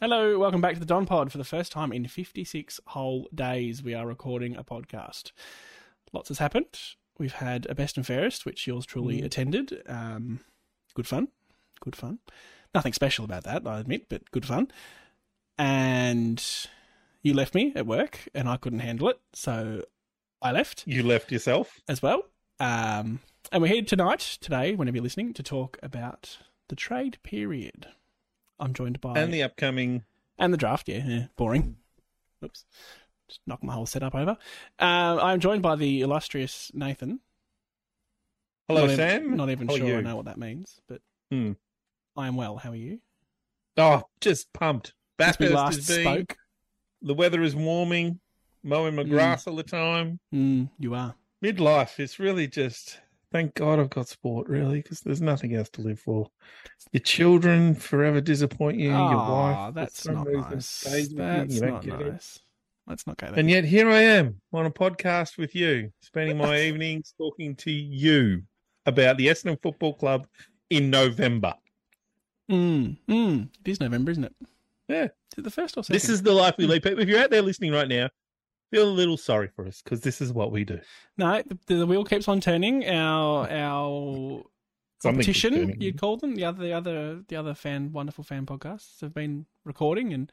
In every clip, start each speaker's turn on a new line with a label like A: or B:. A: Hello, welcome back to the Don Pod. For the first time in 56 whole days, we are recording a podcast. Lots has happened. We've had a best and fairest, which yours truly attended. Um, good fun. Good fun. Nothing special about that, I admit, but good fun. And you left me at work, and I couldn't handle it, so I left
B: You left yourself.
A: as well. Um, and we're here tonight, today, whenever you're listening, to talk about the trade period. I'm joined by
B: And the upcoming
A: and the draft. Yeah, yeah boring. Oops, just knocked my whole setup over. Uh, I'm joined by the illustrious Nathan.
B: Hello
A: not ev-
B: Sam.
A: not even
B: How are
A: sure I
B: you?
A: know what that means, but
B: Hmm.
A: I am well. How are you?
B: Oh, just pumped.
A: Since we
B: Bathurst
A: last
B: has been.
A: spoke,
B: The weather is warming. Mowing my
A: Mm.
B: grass all the time.
A: mm, you are.
B: Midlife. It's really just thank God I've got sport really because there's nothing else to live for. Your children forever disappoint you. your
A: Aw,
B: wife. for
A: Ah, That's
B: some
A: not
B: reason
A: nice.
B: stays with you and
A: That's
B: you don't
A: not
B: get it.
A: nice. Let's not go there.
B: And yet here I am on a podcast with you, spending my evenings talking to you about the Essendon Football Club in November.
A: Mm, mm. It is November, isn't it?
B: Yeah.
A: Is it the first or second? Hmm.
B: This is the life we lead people. If you're out there listening right now, feel a little sorry for us because this is what we do.
A: No, the, the wheel keeps on turning. Our our
B: Something keeps
A: competition,
B: turning.
A: you'd call them the other the other the other fan wonderful fan podcasts have been recording and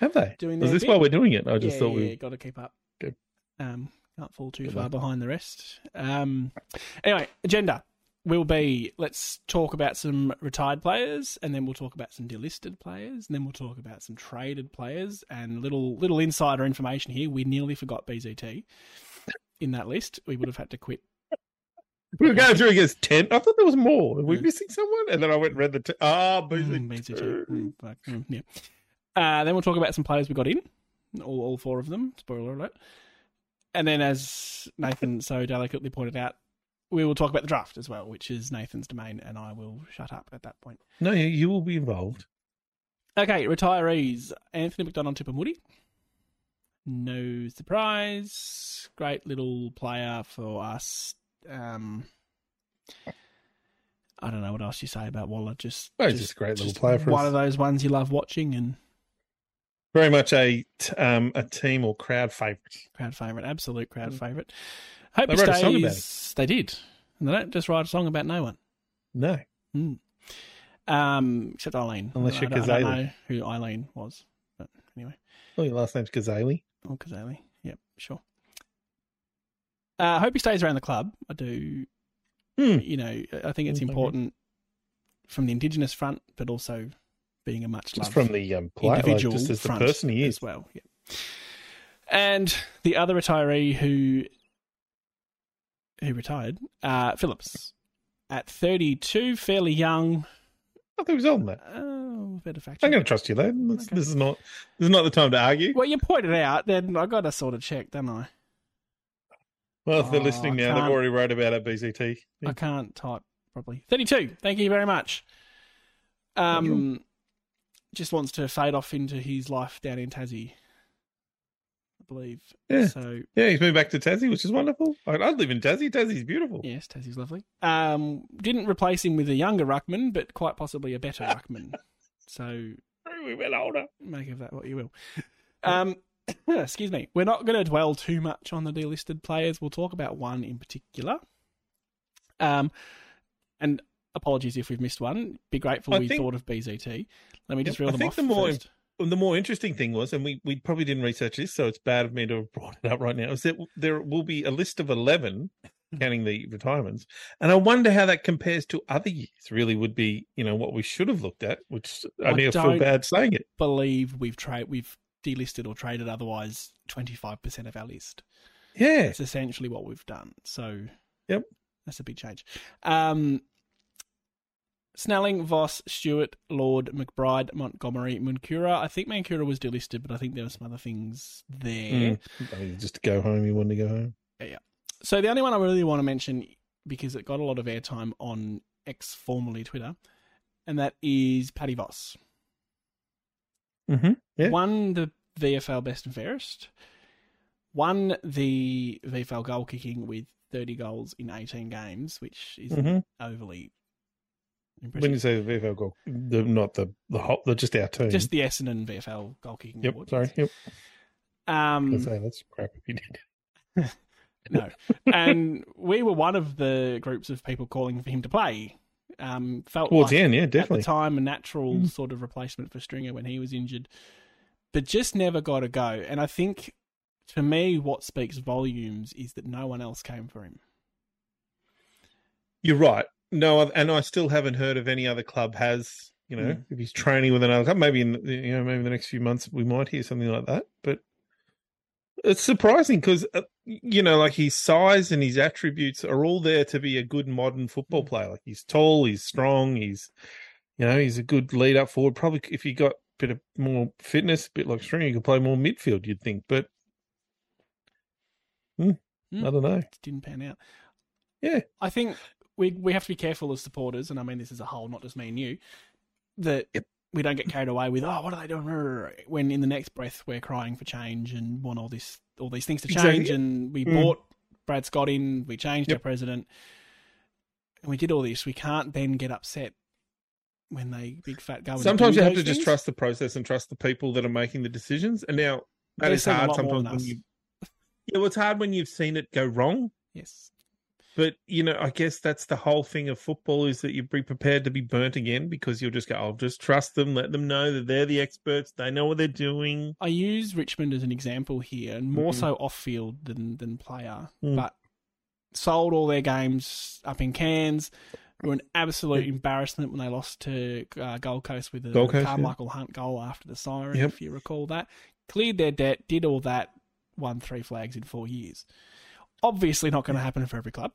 B: Have they?
A: doing
B: Is
A: their
B: this
A: bit.
B: why we're doing it? I just
A: yeah,
B: thought
A: yeah,
B: we.
A: got to keep up.
B: Good.
A: Um, can't fall too
B: Good
A: far
B: luck.
A: behind the rest. Um, anyway, agenda will be let's talk about some retired players, and then we'll talk about some delisted players, and then we'll talk about some traded players, and little little insider information here. We nearly forgot BZT in that list. We would have had to quit.
B: We were going through against 10. I thought there was more. Are we
A: Mm.
B: missing someone? And then I went and read the. T- ah, Boozy.
A: Mm, BZT. Mm, fuck. Mm, yeah. Uh, then we'll talk about some players we got in, all, all four of them. Spoiler alert. And then, as Nathan so delicately pointed out, we will talk about the draft as well, which is Nathan's domain, and I will shut up at that point.
B: No, you, you will be involved.
A: Okay, retirees Anthony McDonald Tipamudi. No surprise. Great little player for us. Um, I don't know what else you say about Waller. Just,
B: Oh, he's just a great little player for
A: one
B: us.
A: of those ones you love watching and
B: Very much a t- um, a team or crowd favourite.
A: crowd favorite, absolute crowd favorite. Hope
B: Mm. They
A: he
B: wrote a song about
A: stays. They did, and they don't just write a song about no one,
B: No.
A: um, except Eileen.
B: Unless you're
A: I don't, I don't
B: Kazali.
A: know who Eileen was, but anyway,
B: Oh, your last name's Gazali.
A: or Kazali. Yep, sure. Uh, hope he stays around the club. I do.
B: Hmm.
A: You know, I think it's
B: Mm, I agree.
A: important from the Indigenous front, but also being a much
B: Just
A: loved
B: from the um, player, like,
A: individual
B: just as the
A: front
B: person he is.
A: as well. Yeah. And the other retiree who who retired, uh, Phillips, at 32, fairly young.
B: I thought he was on that.
A: Oh, better fact.
B: I'm going
A: check.
B: to trust you, though. This,
A: Okay.
B: this is not this is not the time to argue.
A: Well, you pointed out, then I got to sort of check, didn't I?
B: Well, if they're
A: Oh,
B: listening
A: I
B: now, they've
A: can't-
B: already wrote about it, BZT.
A: I can't type properly. 32. Thank you very much. Um, just wants to fade off into his life down in Tassie, I believe.
B: Yeah.
A: So
B: Yeah, he's moved back to Tassie, which is wonderful. I, I live in Tassie. Tassie's beautiful.
A: Yes, Tassie's lovely. Um, didn't replace him with a younger ruckman, but quite possibly a better ruckman. So
B: We're well older.
A: make of that what you will. Um, excuse me. We're not going to dwell too much on the delisted players. We'll talk about one in particular. Um, and apologies if we've missed one. Be grateful
B: I
A: we
B: think-
A: thought of BZT. Let me just
B: Yep,
A: reel
B: I
A: them
B: think
A: off.
B: the more
A: first.
B: And the more interesting thing was, and we, we probably didn't research this, so it's bad of me to have brought it up right now, is that there will be a list of 11, counting the retirements. And I wonder how that compares to other years, really, would be, you know, what we should have looked at, which I,
A: I
B: now
A: don't-
B: feel bad saying it.
A: believe we've tra- we've delisted or traded otherwise twenty five percent of our list.
B: Yeah.
A: That's essentially what we've done. So,
B: Yep.
A: that's a big change. Um, Snelling, Voss, Stewart, Lord, McBride, Montgomery, Muncura. I think Mancura was delisted, but I think there were some other things there.
B: Mm. I mean, just to go home, you wanted to go home.
A: So the only one I really want to mention because it got a lot of airtime on ex formerly Twitter, and that is Paddy Voss.
B: Mm-hmm. Yeah.
A: Won the VFL Best and Fairest. Won the VFL goal kicking with 30 goals in 18 games, which is
B: Mm-hmm.
A: overly
B: When you say the VFL goal, the, not the the whole, the, just our team.
A: Just the Essendon VFL goal kicking.
B: yep.
A: award.
B: Sorry. Yep. I was
A: Um,
B: saying, that's crap. We did.
A: no. And we were one of the groups of people calling for him to play. Um, felt
B: Towards
A: like
B: the end, yeah,
A: at
B: definitely. Mm.
A: the time a natural sort of replacement for Stringer when he was injured, but just never got a go. And I think to me, what speaks volumes is that no one else came for him.
B: You're right. No, oth- and I still haven't heard of any other club has. You know, if he's training with another club, maybe in the- you know maybe in the next few months we might hear something like that. But it's surprising because uh, you know, like his size and his attributes are all there to be a good modern football player. Like he's tall, he's strong, he's you know he's a good lead up forward. Probably if he got a bit of more fitness, a bit like Stringer, he could play more midfield. You'd think, but Hmm,
A: Hmm.
B: I don't know.
A: It didn't pan out.
B: Yeah.
A: I think we we have to be careful as supporters, and I mean this as a whole, not just me and you, that we don't get carried away with oh, what are they doing? When in the next breath we're crying for change and want all this all these things to
B: Exactly.
A: change, and we
B: Mm.
A: bought Brad Scott in, we changed
B: Yep.
A: our president, and we did all this. We can't then get upset when they big fat government.
B: Sometimes
A: do
B: you have to
A: those
B: just
A: things.
B: trust the process and trust the people that are making the decisions. And now that
A: They're
B: is
A: seeing a
B: hard
A: lot more
B: sometimes.
A: than
B: When
A: us.
B: you, yeah, well, it's hard when you've seen it go wrong.
A: Yes.
B: But you know, I guess that's the whole thing of football is that you be prepared to be burnt again because you'll just go, "I'll just trust them, let them know that they're the experts, they know what they're doing."
A: I use Richmond as an example here, and more
B: Mhm.
A: so off field than than player,
B: Mm.
A: but sold all their games up in Cairns. Were an absolute embarrassment when they lost to uh, Gold Coast with a
B: Gold Coast, yeah.
A: Carmichael Hunt goal after the siren,
B: Yep.
A: if you recall that. Cleared their debt, did all that, won three flags in four years. Obviously, not going to happen for every club.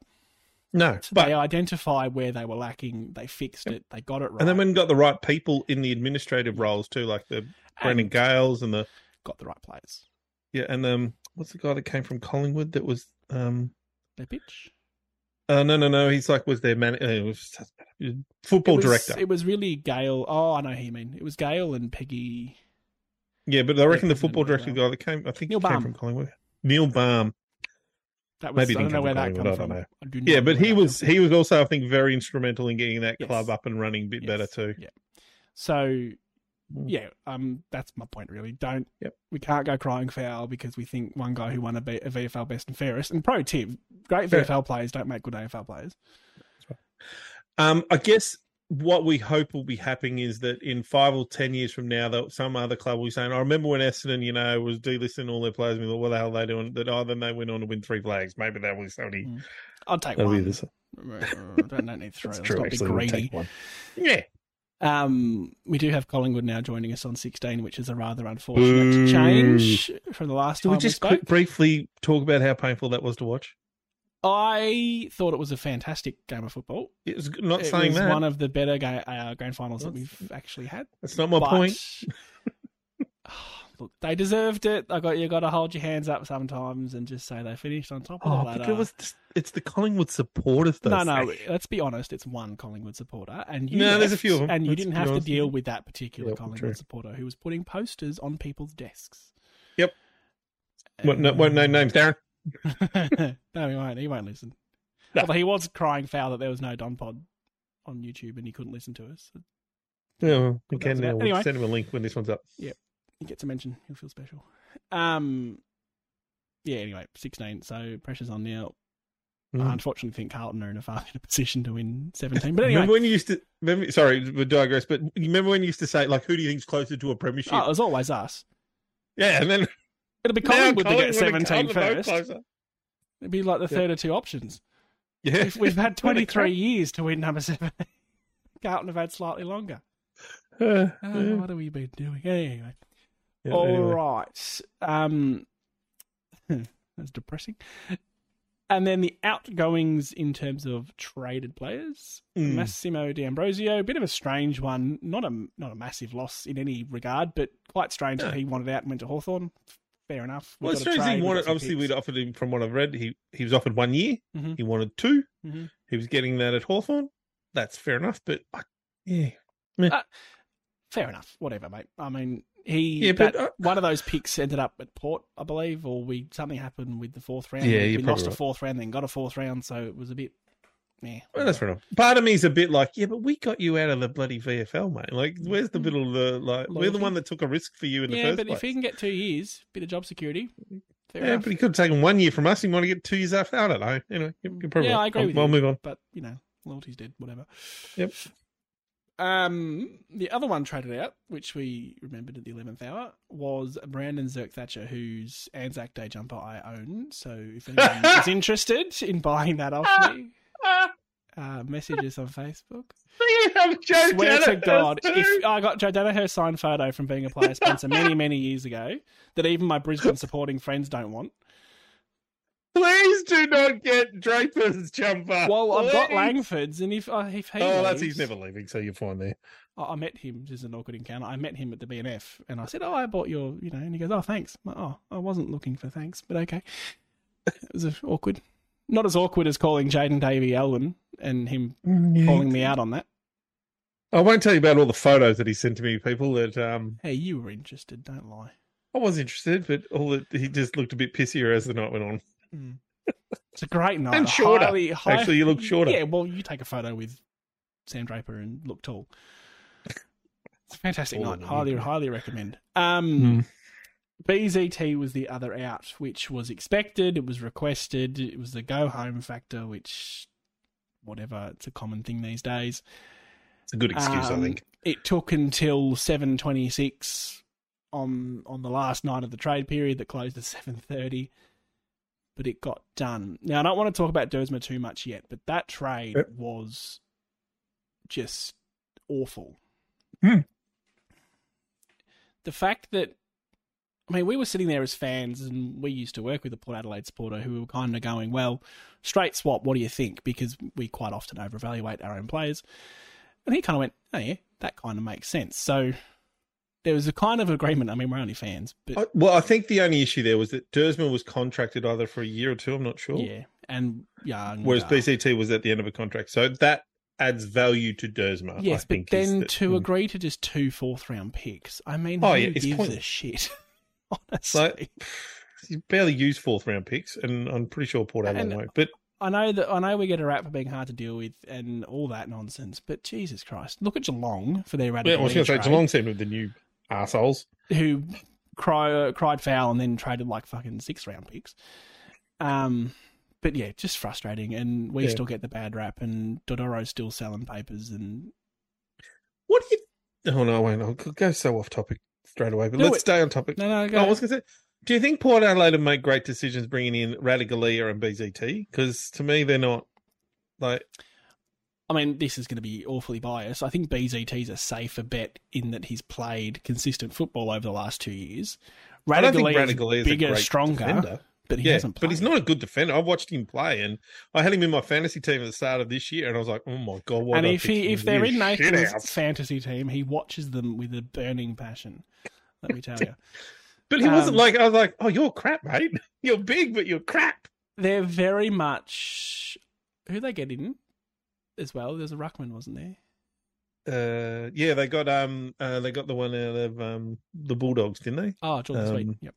B: No,
A: So
B: but
A: they identify where they were lacking, they fixed it, they got it right,
B: and then when you got the right people in the administrative roles too, like the Brendan
A: and
B: Gales and the
A: got the right players.
B: yeah, and um, what's the guy that came from Collingwood that was um
A: Their pitch.
B: Uh, no, no, no. He's like was their man, uh, was-
A: It
B: football
A: was-
B: director.
A: It was really Gail. Oh, I know who you mean. It was Gail and Peggy.
B: yeah, but I reckon
A: Yeah,
B: the football
A: Neil
B: director guy that came, I think
A: Neil
B: he came
A: Baum.
B: from Collingwood. Neil Baum.
A: That was.
B: Maybe
A: I
B: it
A: don't know
B: didn't come
A: where
B: from
A: that comes
B: Collingwood, I
A: from.
B: don't know.
A: do not
B: Yeah,
A: know where
B: but he
A: that
B: was
A: comes from.
B: he was also I think very instrumental in getting that
A: Yes.
B: club up and running a bit better
A: Yes.
B: too.
A: Yeah. So, yeah, um, that's my point really. Don't.
B: Mm. Yep.
A: We can't go crying foul because we think one guy who won a, B, a VFL best and fairest. And pro tip: great
B: Yeah.
A: VFL players don't make good AFL players.
B: Um, I guess what we hope will be happening is that in five or ten years from now, that some other club will be saying, "I remember when Essendon, you know, was delisting all their players. And we thought, what the hell are they doing?" That oh, then they went on to win three flags. Maybe that was only.
A: Mm. I'll take
B: That'll be
A: one.
B: this.
A: don't, don't need three. Let's
B: That's true.
A: not
B: Actually,
A: be
B: we'll
A: greedy.
B: take one. Yeah.
A: Um, we do have Collingwood now joining us on 16, which is a rather unfortunate change from the last
B: Can
A: time
B: we just
A: spoke.
B: quick, briefly talk about how painful that was to watch?
A: I thought it was a fantastic game of football.
B: It was not
A: it
B: saying
A: was
B: that.
A: one of the better ga- uh, grand finals that
B: That's-
A: we've actually had.
B: That's not my
A: but- Oh,
B: point.
A: Look, they deserved it. I got you. Got to hold your hands up sometimes and just say they finished on top of
B: Oh,
A: the
B: but
A: ladder.
B: it was. It's the Collingwood supporters. Though,
A: uh, no, uh, no.
B: Zach.
A: Let's be honest. It's one Collingwood supporter, and you
B: No, there's a
A: left,
B: few of 'em.
A: and you
B: Let's
A: didn't
B: be
A: have to
B: honest.
A: deal with that particular
B: Yeah,
A: Collingwood
B: true.
A: supporter who was putting posters on people's desks.
B: Yep. What? No, what? No names, Darren.
A: no, he won't. He won't listen.
B: No.
A: Although he was crying foul that there was no Don Pod on YouTube and he couldn't listen to us.
B: No, we
A: Well,
B: can
A: that's
B: now.
A: about-
B: We'll
A: anyway.
B: send him a link when this one's up.
A: He gets a mention. He'll feel special. Um. Yeah. Anyway, sixteen. So pressure's on now. I
B: Mm.
A: unfortunately think Carlton are in a far better position to win seventeen. Um, But anyway,
B: remember when you used to? Remember, sorry, we digress. But you remember when you used to say, like, who do you think's closer to a premiership?
A: oh, it was always us.
B: yeah, and then
A: It'll be
B: now
A: Collingwood to get
B: Collingwood
A: 17
B: and Carlton are both
A: first.
B: closer.
A: It'd be like the third of two options.
B: Yeah,
A: We've, we've had
B: What a
A: twenty three years to win number seven. Carlton have had slightly longer.
B: crap. Uh,
A: Oh,
B: yeah.
A: What have we been doing? Anyway.
B: Yeah,
A: All right.
B: anyway.
A: Um, that's depressing. And then the outgoings in terms of traded players,
B: Mm.
A: Massimo D'Ambrosio, a bit of a strange one. Not a not a massive loss in any regard, but quite strange that
B: No.
A: he wanted out and went to Hawthorn. Fair enough. We
B: Well, as
A: got a
B: soon as
A: trade,
B: he
A: we
B: wanted,
A: got some
B: obviously,
A: picks.
B: we'd offered him from what I've read. He he was offered one year.
A: Mhm.
B: He wanted 2
A: Mhm.
B: He was getting that at Hawthorn. That's fair enough. But I, yeah,
A: Fair enough. Whatever, mate. I mean, he
B: Yeah, but,
A: that-
B: uh,
A: one of those picks ended up at Port, I believe, or we something happened with the fourth round.
B: Yeah,
A: we
B: you're
A: we lost
B: probably right.
A: a fourth round, then got a fourth round, so it was a bit Yeah.
B: Well, that's fair enough. Part of me is a bit like, yeah, but we got you out of the bloody VFL, mate. Like, where's the bit of the like? We're the
A: Loyalty.
B: one that took a risk for you in
A: Hmm. yeah,
B: the first
A: but
B: place.
A: if he can get two years, bit of job security. Fair
B: yeah,
A: enough.
B: but he could have taken one year from us. He might to get two years after. I don't know. Anyway, you you're probably.
A: Yeah,
B: right.
A: I agree
B: I'll,
A: with
B: I'll
A: you.
B: move on.
A: but you know, loyalty's dead. Whatever.
B: Yep.
A: Um, the other one traded out, which we remembered at the eleventh hour, was Brandon Zirk Thatcher, whose Anzac Day jumper I own. So if anyone is interested in buying that off me,
B: Ah,
A: uh, message us on Facebook.
B: you have Joe
A: Swear to
B: Danaher
A: God,
B: too.
A: if I got Joe Danaher signed photo from being a player sponsor many, many years ago, that even my Brisbane supporting friends don't want.
B: please do not get Draper's jumper.
A: Well, I've got
B: Please.
A: Langford's, and if uh, if he
B: Oh, that's
A: leaves-
B: he's never leaving, so you're fine there.
A: I, I met him. This is an awkward encounter. I met him at the BNF, and I said, "Oh, I bought your," you know, and he goes, "Oh, thanks." I'm like, oh, I wasn't looking for thanks, but okay. It was a, awkward. Not as awkward as calling Jaden Davy Allen and him calling me out on that.
B: Mm. I won't tell you about all the photos that he sent to me, people. That um,
A: Hey, you were interested. Don't lie.
B: I was interested, but all that he just looked a bit pissier as the night went on.
A: It's a great night.
B: And shorter.
A: Highly- high-
B: Actually, you look shorter.
A: Yeah, well, you take a photo with Sam Draper and look tall. It's a fantastic
B: Oh,
A: night.
B: yeah.
A: Highly, highly recommend. Um, BZT was the other out, which was expected. It was requested. It was the go home factor, which, whatever, it's a common thing these days.
B: It's a good excuse, I
A: Um,
B: think.
A: It took until seven twenty six on on the last night of the trade period that closed at seven thirty, but it got done. Now I don't want to talk about Dersma too much yet, but that trade
B: Yep.
A: was just awful.
B: Hmm.
A: The fact that I mean, we were sitting there as fans, and we used to work with a Port Adelaide supporter who were kind of going, "Well, straight swap. What do you think?" Because we quite often overevaluate our own players, and he kind of went, "Oh yeah, that kind of makes sense." So there was a kind of agreement. I mean, we're only fans, but
B: I, well, I think the only issue there was that Dersman was contracted either for a year or two. I'm not sure.
A: yeah, and yeah, and,
B: Whereas
A: uh,
B: BCT was at the end of a contract, so that adds value to Dersma.
A: yes,
B: I
A: but
B: think, is
A: then
B: that- mm.
A: to agree to just two fourth round picks, I mean,
B: Oh,
A: who
B: yeah, it's
A: gives a
B: pointless.
A: shit? Honestly,
B: Like, you barely use fourth round picks, and I'm pretty sure Port Adelaide
A: And-
B: won't. But
A: I know that I know we get a rap for being hard to deal with and all that nonsense, but Jesus Christ, look at Geelong for their
B: yeah,
A: radical.
B: I was going to say
A: league
B: Geelong seemed to be the new assholes.
A: trade, who cry, uh, cried foul and then traded like fucking six round picks. Um, but yeah, just frustrating, and we
B: Yeah.
A: still get the bad rap, and Dodoro's still selling papers, and
B: What do you? Oh no, wait, I'll go so off topic straight away. But
A: Do
B: let's
A: it.
B: stay on topic.
A: no, no,
B: No,
A: go
B: I was going to say, do you think Port Adelaide have made great decisions bringing in Radigalia and BZT? Because to me, they're not like
A: I mean, this is going to be awfully biased. I think BZT's a safer bet in that he's played consistent football over the last two years.
B: I don't think
A: Radagalia's
B: Radagalia's a
A: bigger,
B: great
A: stronger,
B: defender.
A: but he
B: yeah,
A: hasn't. Played.
B: but he's not a good defender. I watched him play, and I had him in my fantasy team at the start of this year, and I was like, oh my god, why
A: and
B: did I
A: if
B: pick
A: he
B: him?
A: if they're
B: He's
A: in
B: a shit
A: Nathan's
B: house.
A: fantasy team, he watches them with a burning passion. Let me tell you,
B: but he wasn't
A: um,
B: like I was like, oh, you're crap, mate. You're big, but you're crap.
A: they're very much who they get in as well. There's a ruckman, wasn't there?
B: Uh, yeah, they got um, uh, they got the one out of um, the Bulldogs, didn't they?
A: Oh, Jordan Sweet.
B: Um,
A: Yep.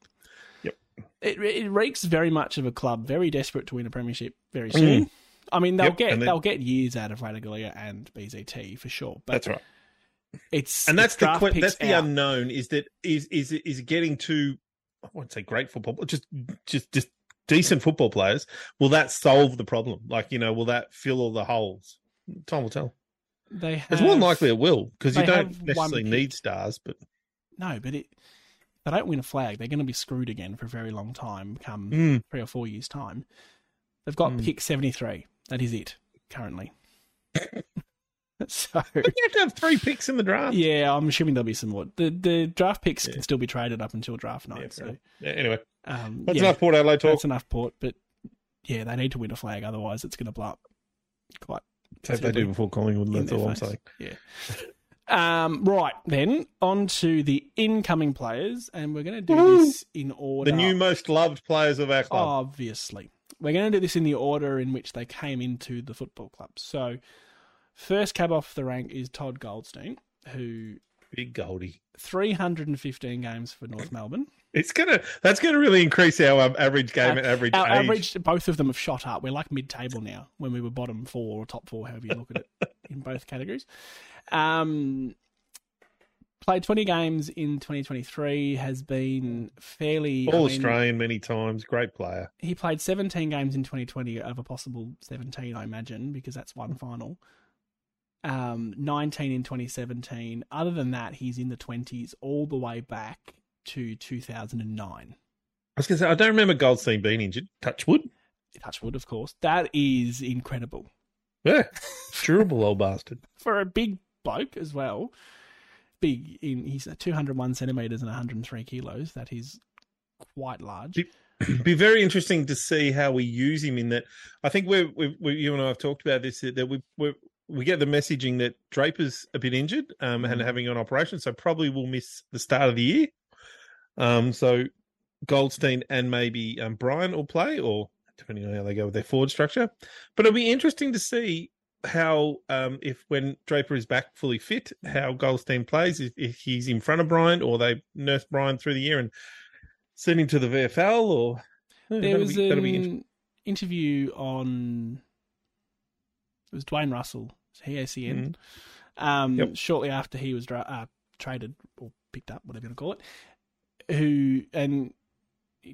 B: yep.
A: It it reeks very much of a club very desperate to win a premiership very
B: Mm.
A: soon. I mean, they'll
B: Yep,
A: get
B: and then-
A: they'll get years out of Radaglia and BZT for sure. But
B: That's right.
A: it's
B: and that's
A: it's
B: the
A: draft
B: que-
A: picks
B: that's the um,
A: out.
B: unknown is that is is is getting to I won't say great football, but just just just decent football players. Will that solve the problem? Like you know, will that fill all the holes? Time will tell.
A: they have,
B: It's more than likely it will because you
A: they
B: don't
A: have one
B: necessarily
A: pick.
B: need stars, but
A: no, but it they don't win a flag. They're going to be screwed again for a very long time. Come
B: Mm,
A: three or four years' time. They've got
B: Mm.
A: pick 73. That is it currently. so,
B: but you have to have three picks in the draft.
A: yeah, I'm assuming there'll be some more. The, the draft picks can
B: Yeah.
A: still be traded up until draft
B: Yeah,
A: night.
B: fair
A: so,
B: enough. Yeah, anyway,
A: um,
B: that's
A: yeah,
B: enough Port Adelaide talk.
A: that's enough port. But yeah, they need to win a flag. Otherwise, it's going to blow up quite.
B: That's what they do before Collingwood.
A: in
B: That's
A: their
B: all I'm
A: face.
B: saying.
A: Um, right, then, on to the incoming players. And we're going to do
B: Woo!
A: this in order.
B: The new most loved players of our club.
A: Obviously. We're going to do this in the order in which they came into the football club. So, first cab off the rank is Todd Goldstein, who
B: Big Goldie.
A: 315 games for North Melbourne.
B: It's gonna. That's gonna really increase our um, average game and average
A: Our
B: age.
A: average, both of them have shot up. We're like mid-table now when we were bottom four or top four, however you look at it, in both categories. Um, played 20 games in 2023, has been fairly... I
B: All
A: mean,
B: Australian many times. Great player.
A: He played 17 games in 2020 of a possible 17, I imagine, because that's one final. Um, 19 in 2017. Other than that, he's in the 20s all the way back to 2009.
B: I was gonna say I don't remember Goldstein being injured. Touchwood.
A: Touchwood, of course. That is incredible.
B: Yeah, durable old bastard.
A: for a big bloke as well. Big in he's at 201 centimeters and 103 kilos. That is quite large.
B: Yep. be very interesting to see how we use him in that. I think we're, we we you and I have talked about this that we we we get the messaging that Draper's a bit injured um, and having an operation, so probably will miss the start of the year. Um, so Goldstein and maybe um, Brian will play, or depending on how they go with their forward structure. But it'll be interesting to see how um, if when Draper is back fully fit, how Goldstein plays if, if he's in front of Brian or they nurse Brian through the year and send him to the VFL or Yeah,
A: There
B: that'll
A: was
B: be- that'll
A: an
B: be interesting.
A: interview on it was Dwayne Russell, ASEN, um,
B: Mm-hmm. Yep.
A: shortly after he was dra- uh, traded or picked up, whatever you want to call it. Who and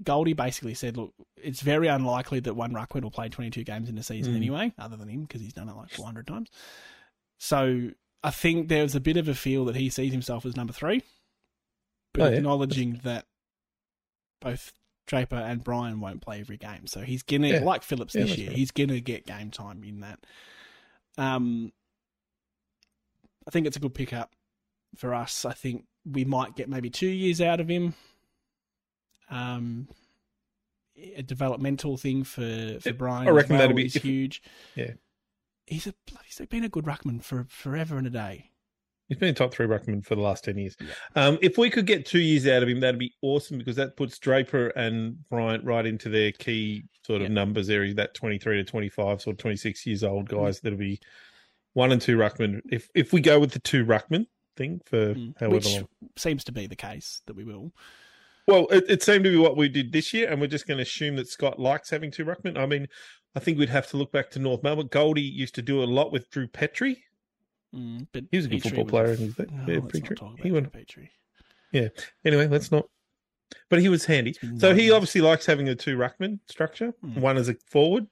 A: Goldie basically said, "Look, it's very unlikely that one Ruckwin will play 22 games in a season
B: Mm.
A: anyway, other than him because he's done it like 400 times." So I think there's a bit of a feel that he sees himself as number three, but
B: Oh, yeah.
A: acknowledging that both Draper and Brian won't play every game. So he's gonna
B: Yeah.
A: like Phillips
B: Yeah,
A: this
B: that's
A: year,
B: right.
A: he's gonna get game time in that. Um I think it's a good pickup for us. I think we might get maybe two years out of him. Um a developmental thing for, for
B: Yeah,
A: Brian
B: I
A: as
B: reckon
A: well
B: that'd be-
A: is
B: if-
A: huge.
B: yeah.
A: He's a he's been a good ruckman for forever and a day.
B: He's been a top three ruckman for the last ten years.
A: Yeah.
B: Um, if we could get two years out of him, that'd be awesome because that puts Draper and Bryant right into their key sort of
A: Yeah.
B: numbers area. That twenty three to twenty five, sort of twenty six years old
A: Mm-hmm.
B: guys. That'll be one and two ruckman. If if we go with the two ruckman thing for
A: Mm.
B: however
A: Which
B: long.
A: seems to be the case that we will.
B: Well, it, it seemed to be what we did this year, and we're just going to assume that Scott likes having two ruckmen. I mean, I think we'd have to look back to North Melbourne. Goldie used to do a lot with Drew Petrie.
A: Mm, but
B: He was a good
A: Petrie
B: football
A: was
B: player,
A: f-
B: and he's-
A: No,
B: yeah,
A: let's not
B: Petrie-
A: talk
B: he
A: about
B: won.
A: Petrie.
B: Anyway, let's not. But he was handy.
A: It's been
B: So
A: nine
B: he
A: years.
B: obviously likes having the two ruckman structure.
A: Hmm.
B: One as a forward.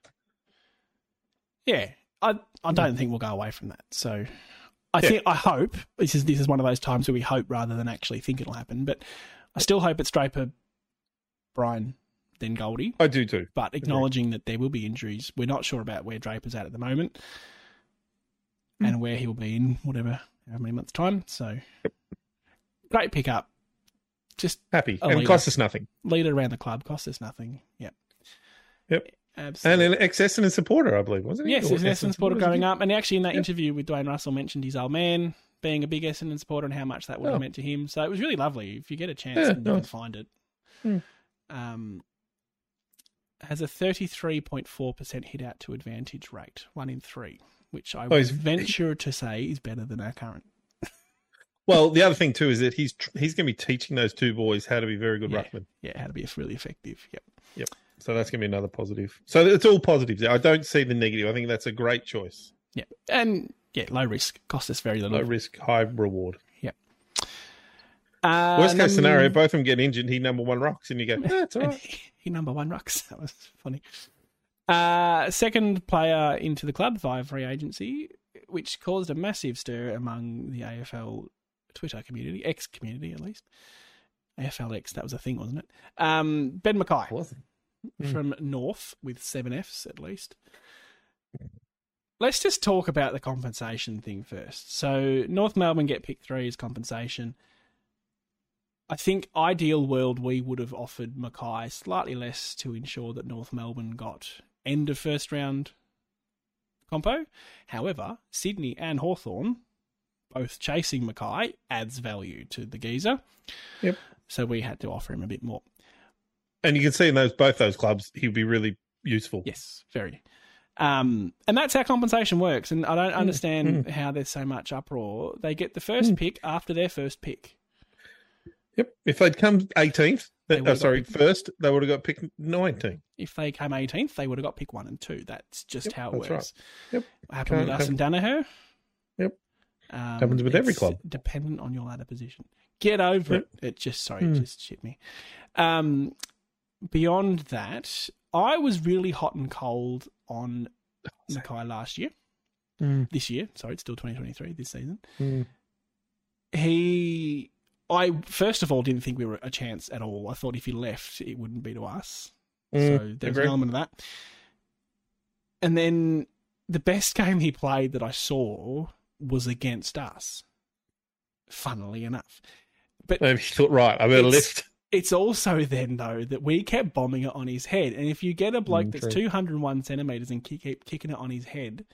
A: Yeah, I I don't think we'll go away from that. So I
B: Yeah.
A: think I hope this is this is one of those times where we hope rather than actually think it'll happen. But I still hope it's Draper, Brian, then Goldie.
B: I do too.
A: But acknowledging that there will be injuries, we're not sure about where Draper's at at the moment,
B: Mm.
A: and where he will be in whatever how many months time. So great pickup. Just
B: Happy.
A: Oh,
B: and
A: yeah.
B: it costs us nothing.
A: lead it around the club, cost us nothing. Yeah.
B: Yep. And
A: Absolutely.
B: an ex Essendon supporter, I believe, wasn't he?
A: yes,
B: Or
A: there's an Essendon supporter
B: wasn't
A: growing up. And actually, in that
B: Yep.
A: interview with Dwayne Russell, mentioned his old man being a big Essendon supporter and how much that would have
B: Oh.
A: meant to him. So it was really lovely. If you get a chance
B: Yeah,
A: and you can
B: nice.
A: find it.
B: Hmm.
A: Um, has a 33.4% hit out to advantage rate, one in three, which I
B: Oh,
A: would
B: he's-
A: venture to say is better than our current.
B: he? Well, the other thing too is that he's tr- he's going to be teaching those two boys how to be very good
A: Yeah.
B: ruckmen.
A: Yeah, how to be really effective. Yep.
B: So that's going to be another positive. So it's all positives. I don't see the negative. I think that's a great choice.
A: Yep. And yeah, low risk, cost us very little.
B: Low risk, high reward.
A: Uh,
B: Worst
A: num-
B: case scenario, both of them get injured. He number one rocks, and you go, that's all
A: And
B: right.
A: he, he number one rucks. That was funny. Uh, second player into the club via free agency, which caused a massive stir among the AFL Twitter community, X community at least. AFLX, that was a thing, wasn't it? Um, ben Mackay
B: Wasn't. Mm.
A: from North with seven Fs at least. Let's just talk about the compensation thing first. So North Melbourne get pick three as compensation. I think ideal world we would have offered Mackay slightly less to ensure that North Melbourne got end of first round compo. However, Sydney and Hawthorn both chasing Mackay adds value to the geezer.
B: Yep.
A: So we had to offer him a bit more.
B: And you can see in those both those clubs, he'd be really useful.
A: Yes, very. Um, and that's how compensation works. And I don't
B: Mm.
A: understand how there's so much uproar. They get the first pick after their first pick.
B: Yep. If they'd come 18th,
A: They
B: uh,
A: would've got
B: sorry,
A: picked-
B: first, they would have got picked 19th.
A: If they came 18th, they would have got pick one and two. That's just
B: Yep,
A: how it
B: that's right.
A: works.
B: Yep.
A: What happened with
B: Can't-
A: us and Danaher.
B: Yep.
A: Um,
B: Happens with every
A: it's
B: club.
A: Dependent on your ladder position. Get over
B: Yep.
A: it. It just, sorry,
B: Hmm.
A: it just shit me. Um, beyond that, I was really hot and cold on Mackay last year.
B: Mm,
A: This year, sorry, it's still 2023 this season.
B: mm,
A: he I first of all didn't think we were a chance at all. I thought if he left, it wouldn't be to us. so
B: mm,
A: there's
B: agree.
A: an element of that. And then the best game he played that I saw was against us. Funnily enough,
B: Maybe he thought, right, I better
A: It's-
B: lift.
A: it's also then though that we kept bombing it on his head. And if you get a bloke
B: Mm,
A: that's
B: true.
A: 201 centimeters and keep, keep kicking it on his head,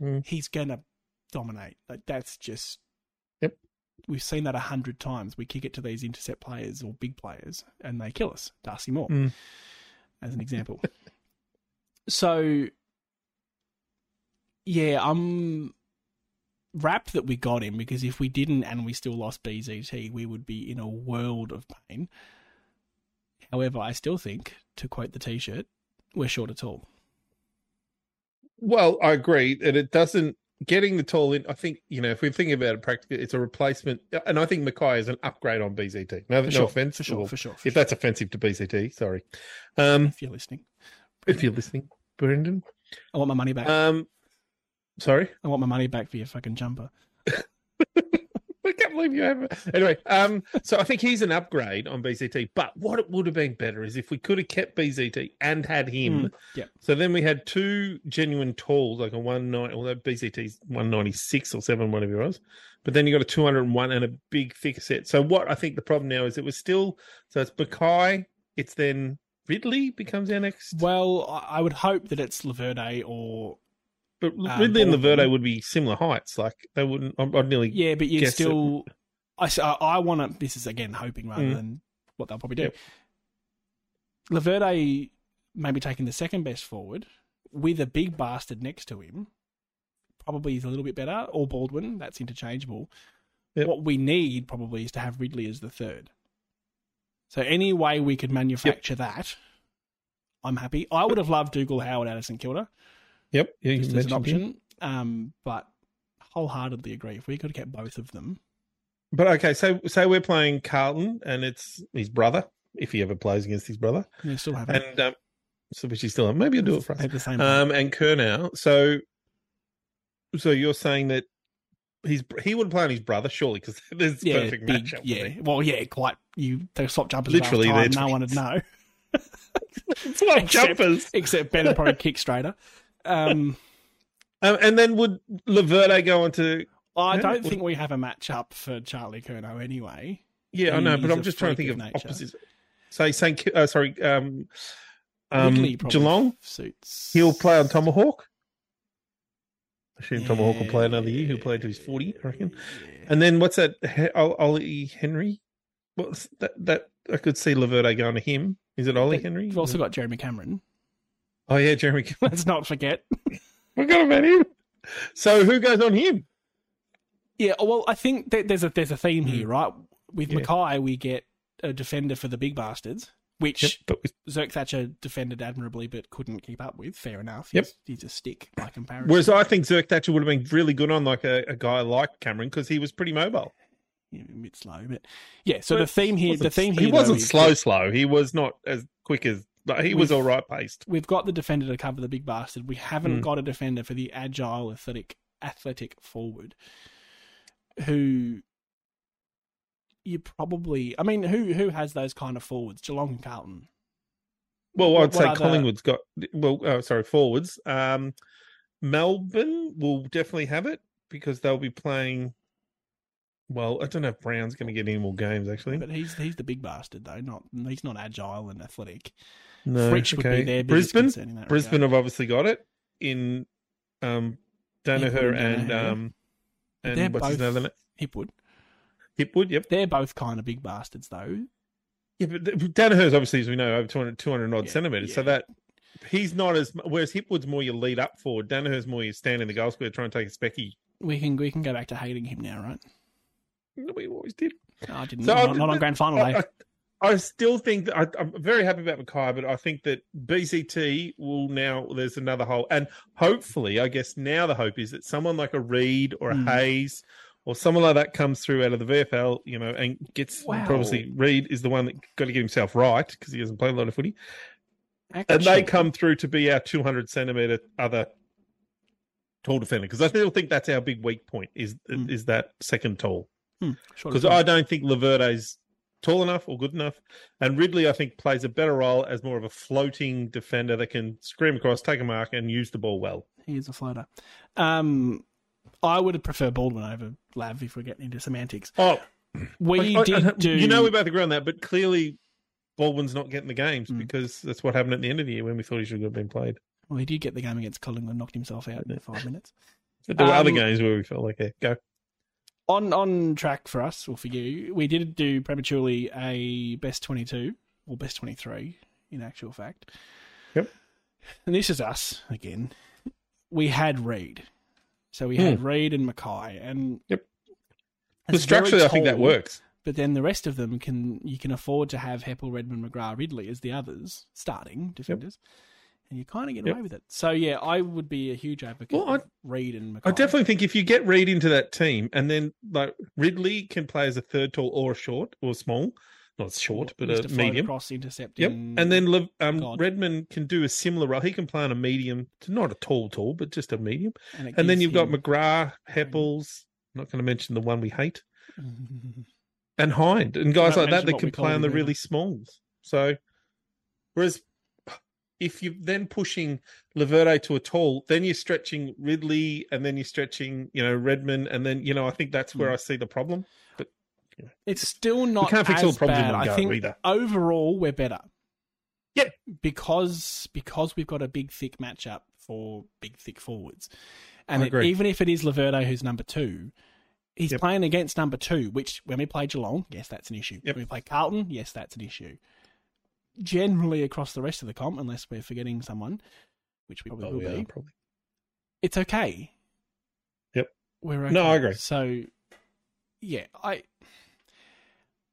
B: Mm.
A: he's gonna dominate. Like that's just.
B: Yep.
A: We've seen that a hundred times. We kick it to these intercept players or big players, and they kill us. Darcy Moore,
B: Mm.
A: as an example. so, yeah, I'm wrapped that we got him because if we didn't and we still lost BZT, we would be in a world of pain. However, I still think, to quote the T-shirt, we're short at all.
B: Well, I agree that it doesn't getting the tall in. I think you know if we think about it practically, it's a replacement, and I think Mackay is an upgrade on BZT. No,
A: For
B: no
A: sure,
B: offense,
A: for sure,
B: well,
A: for sure. For
B: if
A: sure.
B: that's offensive to BZT, sorry. Um,
A: if you're listening,
B: if you're listening, Brendan.
A: I want my money back.
B: Um, sorry,
A: I want my money back for your fucking jumper.
B: I can't believe you have. Anyway, um, so I think he's an upgrade on BZT. But what it would have been better is if we could have kept BZT and had him.
A: Mm, yep.
B: So then we had two genuine talls, like a one nine, although BZT's one ninety six or seven, whatever it was. But then you got a two hundred and one and a big thick set. So what I think the problem now is it was still so it's Bakai, it's then Ridley becomes our next.
A: Well, I- I would hope that it's Laverde or
B: But
A: Um,
B: Ridley and
A: Baldwin.
B: Laverde would be similar heights. Like they wouldn't. I'd I'd nearly.
A: yeah, but you
B: Guess it-
A: still. I s- uh, I, want to. This is again hoping rather
B: Mm.
A: than what they'll probably do.
B: Yep.
A: Laverde maybe taking the second best forward with a big bastard next to him. Probably is a little bit better, or Baldwin. That's interchangeable.
B: Yep.
A: What we need probably is to have Ridley as the third. So any way we could manufacture that, I'm happy. I would have loved Dougal Howard out of St Kilda
B: Yep. Yeah, you
A: just as an
B: mentioned him.
A: option. Um, but wholeheartedly agree. If we could get both of them,
B: But okay, so say we're playing Carlton and it's his brother, if he ever plays against his brother,
A: we still have
B: and um, so which he's still maybe he'll do it for us.
A: at the same.
B: Um, and Kernow. So, so you're saying that he's he would play on his brother surely because there's the
A: yeah,
B: perfect
A: big,
B: matchup. wouldn't
A: yeah.
B: he?
A: Well, yeah, quite. You they swap jumpers. at half
B: Literally,
A: time,
B: they're
A: no one would know,
B: it's like
A: Except-
B: jumpers.
A: except Ben would probably kick straighter. Um,
B: Um, and then would Laverde go on to?
A: I
B: Yeah,
A: don't
B: well-
A: think we have a match up for Charlie Kerno anyway.
B: Yeah, I know,
A: He's
B: but
A: a
B: I'm just trying to
A: freak
B: think
A: of
B: of
A: nature.
B: opposites. Say Saint, Ki- uh, sorry, um, um,
A: Ridley probably
B: Geelong.
A: suits.
B: He'll play on Tomahawk. I assume
A: Yeah.
B: Tomahawk will play another year. He'll play to his forty, I reckon.
A: Yeah.
B: And then what's that? He- Ol- Ollie Henry. What's that? That I could see Laverde going to him. Is it Ollie
A: But
B: Henry?
A: We've also got Jeremy Cameron.
B: Oh yeah, Jeremy.
A: Let's not forget.
B: Forgot about him. So who goes on him?
A: Yeah, well, I think that there's a there's a theme here, right? With
B: Hmm. Yeah.
A: Mackay, we get a defender for the big bastards, which
B: But we-
A: Zerk Thatcher defended admirably but couldn't keep up with. Fair enough.
B: Yep.
A: He's, he's a stick by comparison.
B: whereas I think Zerk Thatcher would have been really good on like a, a guy like Cameron because he was pretty mobile.
A: Yeah, a bit slow, but yeah. So
B: Well,
A: the theme here, the
B: Wasn't-
A: theme here,
B: he
A: though,
B: wasn't
A: is
B: slow,
A: that
B: slow. He was not as quick as. Like, he was
A: We've-
B: all right paced.
A: We've got the defender to cover the big bastard. We haven't
B: Mm.
A: got a defender for the agile, athletic, athletic forward, who you probably. I mean, who who has those kind of forwards? Geelong and Carlton.
B: Well,
A: What-
B: I'd say
A: what other-
B: Collingwood's got. Well, oh, sorry, forwards. Um, Melbourne will definitely have it because they'll be playing. Well, I don't know if Brown's going to get any more games. Actually,
A: But he's he's the big bastard though. Not he's not agile and athletic.
B: no.
A: Fritsch would be their biggest
B: Brisbane.
A: concern in that
B: Brisbane
A: regard.
B: have obviously got it in um
A: Hipwood and
B: Danaher and
A: Danaher.
B: um
A: But
B: and
A: they're
B: what's his
A: both-
B: other name?
A: Hipwood.
B: Hipwood, yep.
A: They're both kind of big bastards though.
B: Yeah, but Danaher's obviously as we know over 200, 200 odd
A: Yeah,
B: centimeters. So
A: yeah.
B: that He's not as whereas Hipwood's more your lead up forward. Danaher's more you stand in the goal square trying to take a specky.
A: We can we can go back to hating him now, right?
B: We always did.
A: No, I didn't.
B: So
A: not,
B: I-
A: not on grand final eh?
B: I,
A: day.
B: I- I still think that I, I'm very happy about Mackay, but I think that BCT will now there's another hole, and hopefully, I guess now the hope is that someone like a Reed or a
A: Hmm.
B: Hayes or someone like that comes through out of the VFL, you know, and gets
A: Wow.
B: obviously Reed is the one that got to get himself right because he hasn't played a lot of footy,
A: Actually,
B: and they come through to be our 200 centimeter other tall defender because I still think that's our big weak point is
A: Hmm.
B: is that second tall
A: Hmm, short of
B: because I don't think Laverde's tall enough or good enough. And Ridley, I think, plays a better role as more of a floating defender that can scream across, take a mark, and use the ball well.
A: He is a floater. Um, I would prefer Baldwin over Lav if we're getting into semantics.
B: Oh,
A: We
B: I- I-
A: did
B: I-
A: do.
B: You know, we both agree on that, but clearly. Baldwin's not getting the games
A: Mm.
B: because that's what happened at the end of the year when we thought he should have been played.
A: well, he did get the game against Collingwood, knocked himself out in five minutes.
B: But there were other
A: Um,
B: games where we felt like, yeah, go.
A: On on track for us or for you, we did do prematurely a best twenty two or best twenty three in actual fact.
B: Yep.
A: And this is us again. We had Reed, so we had Reed and Mackay, and
B: Hmm. Yep.
A: it's very
B: But structurally, I think that
A: tall.
B: works.
A: But then the rest of them can you can afford to have Heppel, Redmond, McGrath, Ridley as the others starting defenders, and you kind of get
B: Yep.
A: away with it. So yeah, I would be a huge advocate.
B: Well, I-
A: of Reed and McGrath.
B: I definitely think if you get Reed into that team, and then like Ridley can play as a third tall or a short or small, not short, but a medium.
A: cross intercepting.
B: Yep. And then Lev- um,
A: Mm, God.
B: Redmond can do a similar role. He can play on a medium, not a tall, tall, but just a medium.
A: and, it
B: And then
A: gives
B: you've got
A: him-
B: McGrath, Heppels. I'm not going to mention the one we hate,
A: Mhm.
B: and Hind, and guys
A: Don't
B: like that
A: mention
B: that
A: what
B: can
A: we call
B: play on
A: them
B: the
A: either.
B: really smalls. So, whereas if you're then pushing Laverde to a tall, then you're stretching Ridley, and then you're stretching, you know, Redmond, and then you know, I think that's where
A: Hmm.
B: I see the problem.
A: it's still not.
B: can't fix
A: as
B: all the problems in
A: bad.
B: one
A: I
B: go
A: think
B: either.
A: overall we're better.
B: Yep.
A: because because we've got a big thick matchup for big thick forwards, and
B: I
A: it-
B: agree.
A: even if it is Laverde who's number two, he's
B: Yep.
A: playing against number two. Which when we play Geelong, yes, that's an issue.
B: Yep.
A: When we play Carlton, yes, that's an issue. Generally across the rest of the comp, unless we're forgetting someone, which we probably will be,
B: Oh, probably.
A: it's okay.
B: Yep.
A: We're okay.
B: No, I agree.
A: So, yeah, I,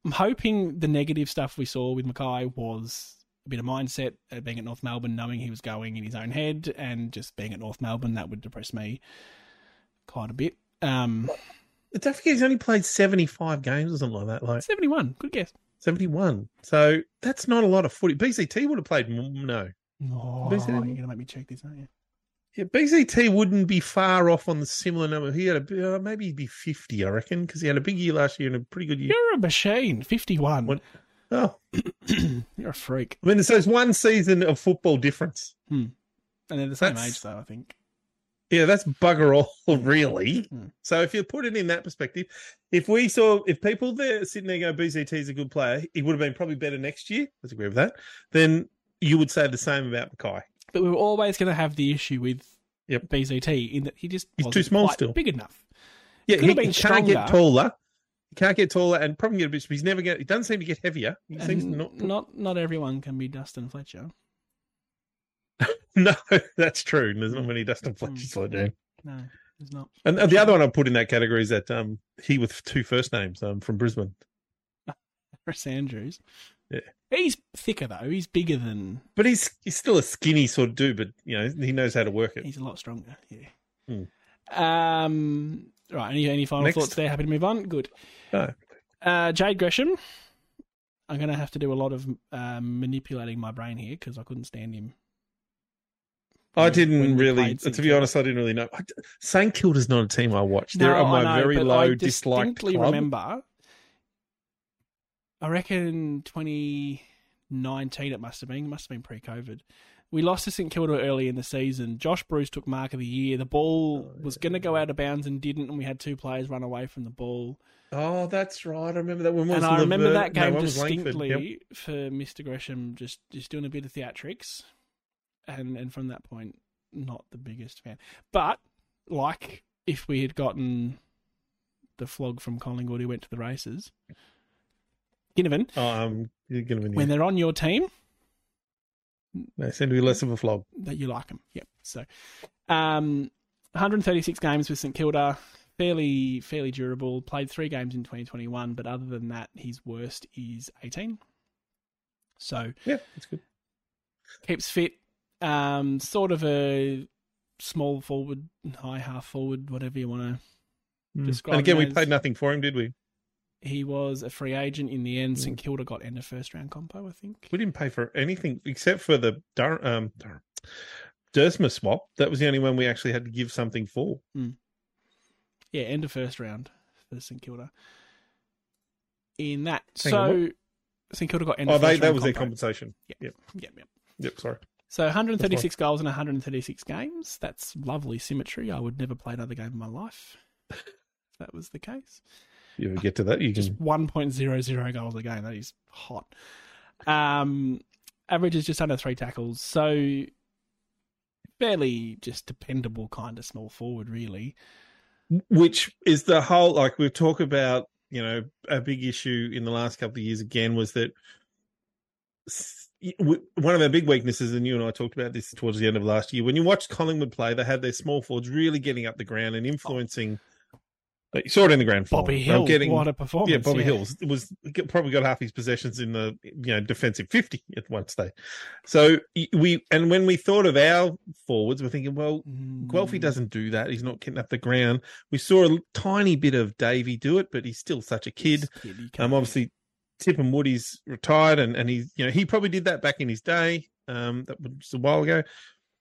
A: I'm hoping the negative stuff we saw with Mackay was a bit of mindset, uh, being at North Melbourne, knowing he was going in his own head, and just being at North Melbourne, that would depress me quite a bit. Um,
B: It's Africa, he's only played 75 games or something like that. Like,
A: 71, good guess.
B: 71. So that's not a lot of footy. BCT would have played m- no.
A: Oh, you're
B: Who's that?
A: going to make me check this, aren't you?
B: Yeah, BCT wouldn't be far off on the similar number. He had a b- uh, maybe he'd be 50, I reckon, because he had a big year last year and a pretty good year.
A: You're a machine, 51.
B: What- Oh,
A: You're a freak.
B: I mean, so it's one season of football difference.
A: And they're the same
B: That's-
A: age, though, I think.
B: Yeah, that's bugger all, really.
A: Hmm.
B: So if you put it in that perspective, if we saw if people there sitting there go, BCT is a good player, he would have been probably better next year. Let's agree with that. Then you would say the same about Mackay.
A: but we were always going to have the issue with
B: Yep.
A: BZT in that he just
B: He's
A: wasn't
B: too small
A: quite
B: still.
A: big enough.
B: Yeah,
A: Could
B: he,
A: have been
B: he can't get
A: stronger.
B: taller. He can't get taller, and probably get a bit. He's never get. He doesn't seem to get heavier. He seems
A: And
B: not.
A: not, not everyone can be Dustin Fletcher.
B: No, that's true. There's not many Dustin
A: Hmm.
B: Fletchers like that.
A: No, he's not.
B: And the other one I put in that category is that um he with two first names um from Brisbane.
A: Chris Andrews.
B: Yeah.
A: He's thicker though. He's bigger than.
B: But he's he's still a skinny sort of dude, but you know he knows how to work it.
A: He's a lot stronger. Yeah.
B: Hmm.
A: Um. Right. Any any final
B: Next.
A: thoughts there? Happy to move on. Good.
B: No.
A: Uh, Jade Gresham. I'm going to have to do a lot of um, manipulating my brain here because I couldn't stand him.
B: I
A: when-
B: didn't
A: when we
B: really.
A: played
B: To
A: St
B: be honest, I didn't really know. I d- St Kilda's not a team I watch. They're
A: No,
B: on my
A: I know,
B: very
A: but
B: low
A: I
B: disliked
A: distinctly
B: club.
A: remember. I reckon 2019 it must have been. It must have been pre-COVID. We lost to St Kilda early in the season. Josh Bruce took mark of the year. The ball
B: Oh,
A: was
B: yeah.
A: going to go out of bounds and didn't, and we had two players run away from the ball.
B: Oh, that's right. I remember that one. Was
A: and I remember
B: Lever-
A: that
B: no,
A: game
B: one was Langford.
A: distinctly
B: Yep.
A: for Mr Gresham just just doing a bit of theatrics, and and from that point, not the biggest fan. But like if we had gotten the flog from Collingwood who went to the races, Ginnivan,
B: Oh, um, you're gonna be
A: when they're on your team,
B: They seem to be less of a flog.
A: that you like them. Yep. So, um, 136 games with St Kilda, fairly fairly durable. Played three games in 2021, but other than that, his worst is 18. So
B: Yeah, that's good.
A: keeps fit. Um, sort of a small forward, high half forward, whatever you want to
B: Mm.
A: Describe
B: And again, we
A: him as-
B: paid nothing for him, did we?
A: He was a free agent in the end.
B: Mm.
A: St Kilda got end of first round compo, I think.
B: We didn't pay for anything except for the Dur- um, Durham. Dersma swap. That was the only one we actually had to give something for.
A: Yeah, end of first round for St Kilda. In that,
B: Hang on,
A: so St Kilda got end
B: oh,
A: of
B: they,
A: first
B: that
A: round
B: was their
A: compo.
B: compensation.
A: Yep, yep.
B: Yep, sorry.
A: So 136 goals in 136 games. That's lovely symmetry. I would never play another game in my life. if that was the case.
B: You ever get to that? You
A: Just
B: can.
A: 1.00 goals a game. That is hot. Um, average is just under three tackles. So fairly just dependable kind of small forward, really.
B: Which is the whole, like, we've talked about, you know, a big issue in the last couple of years again was that s- w- one of our big weaknesses, and you and I talked about this towards the end of last year, when you watched Collingwood play, they had their small forwards really getting up the ground and influencing. You saw it in the grand final.
A: Bobby
B: Oh. They were
A: Hill,
B: getting-
A: what a performance!
B: Yeah, Bobby Hills was got- probably got half his possessions in the you know defensive fifty at one stage. So y- we and when we thought of our forwards, we're thinking, well, Guelphy
A: Mm,
B: doesn't do that. He's not getting up the ground. We saw a l- tiny bit of Davey do it, but he's still such a kid.
A: just kid, you can't-
B: Um, obviously, Tip and Woody's retired, and and he you know he probably did that back in his day. Um, that was a while ago.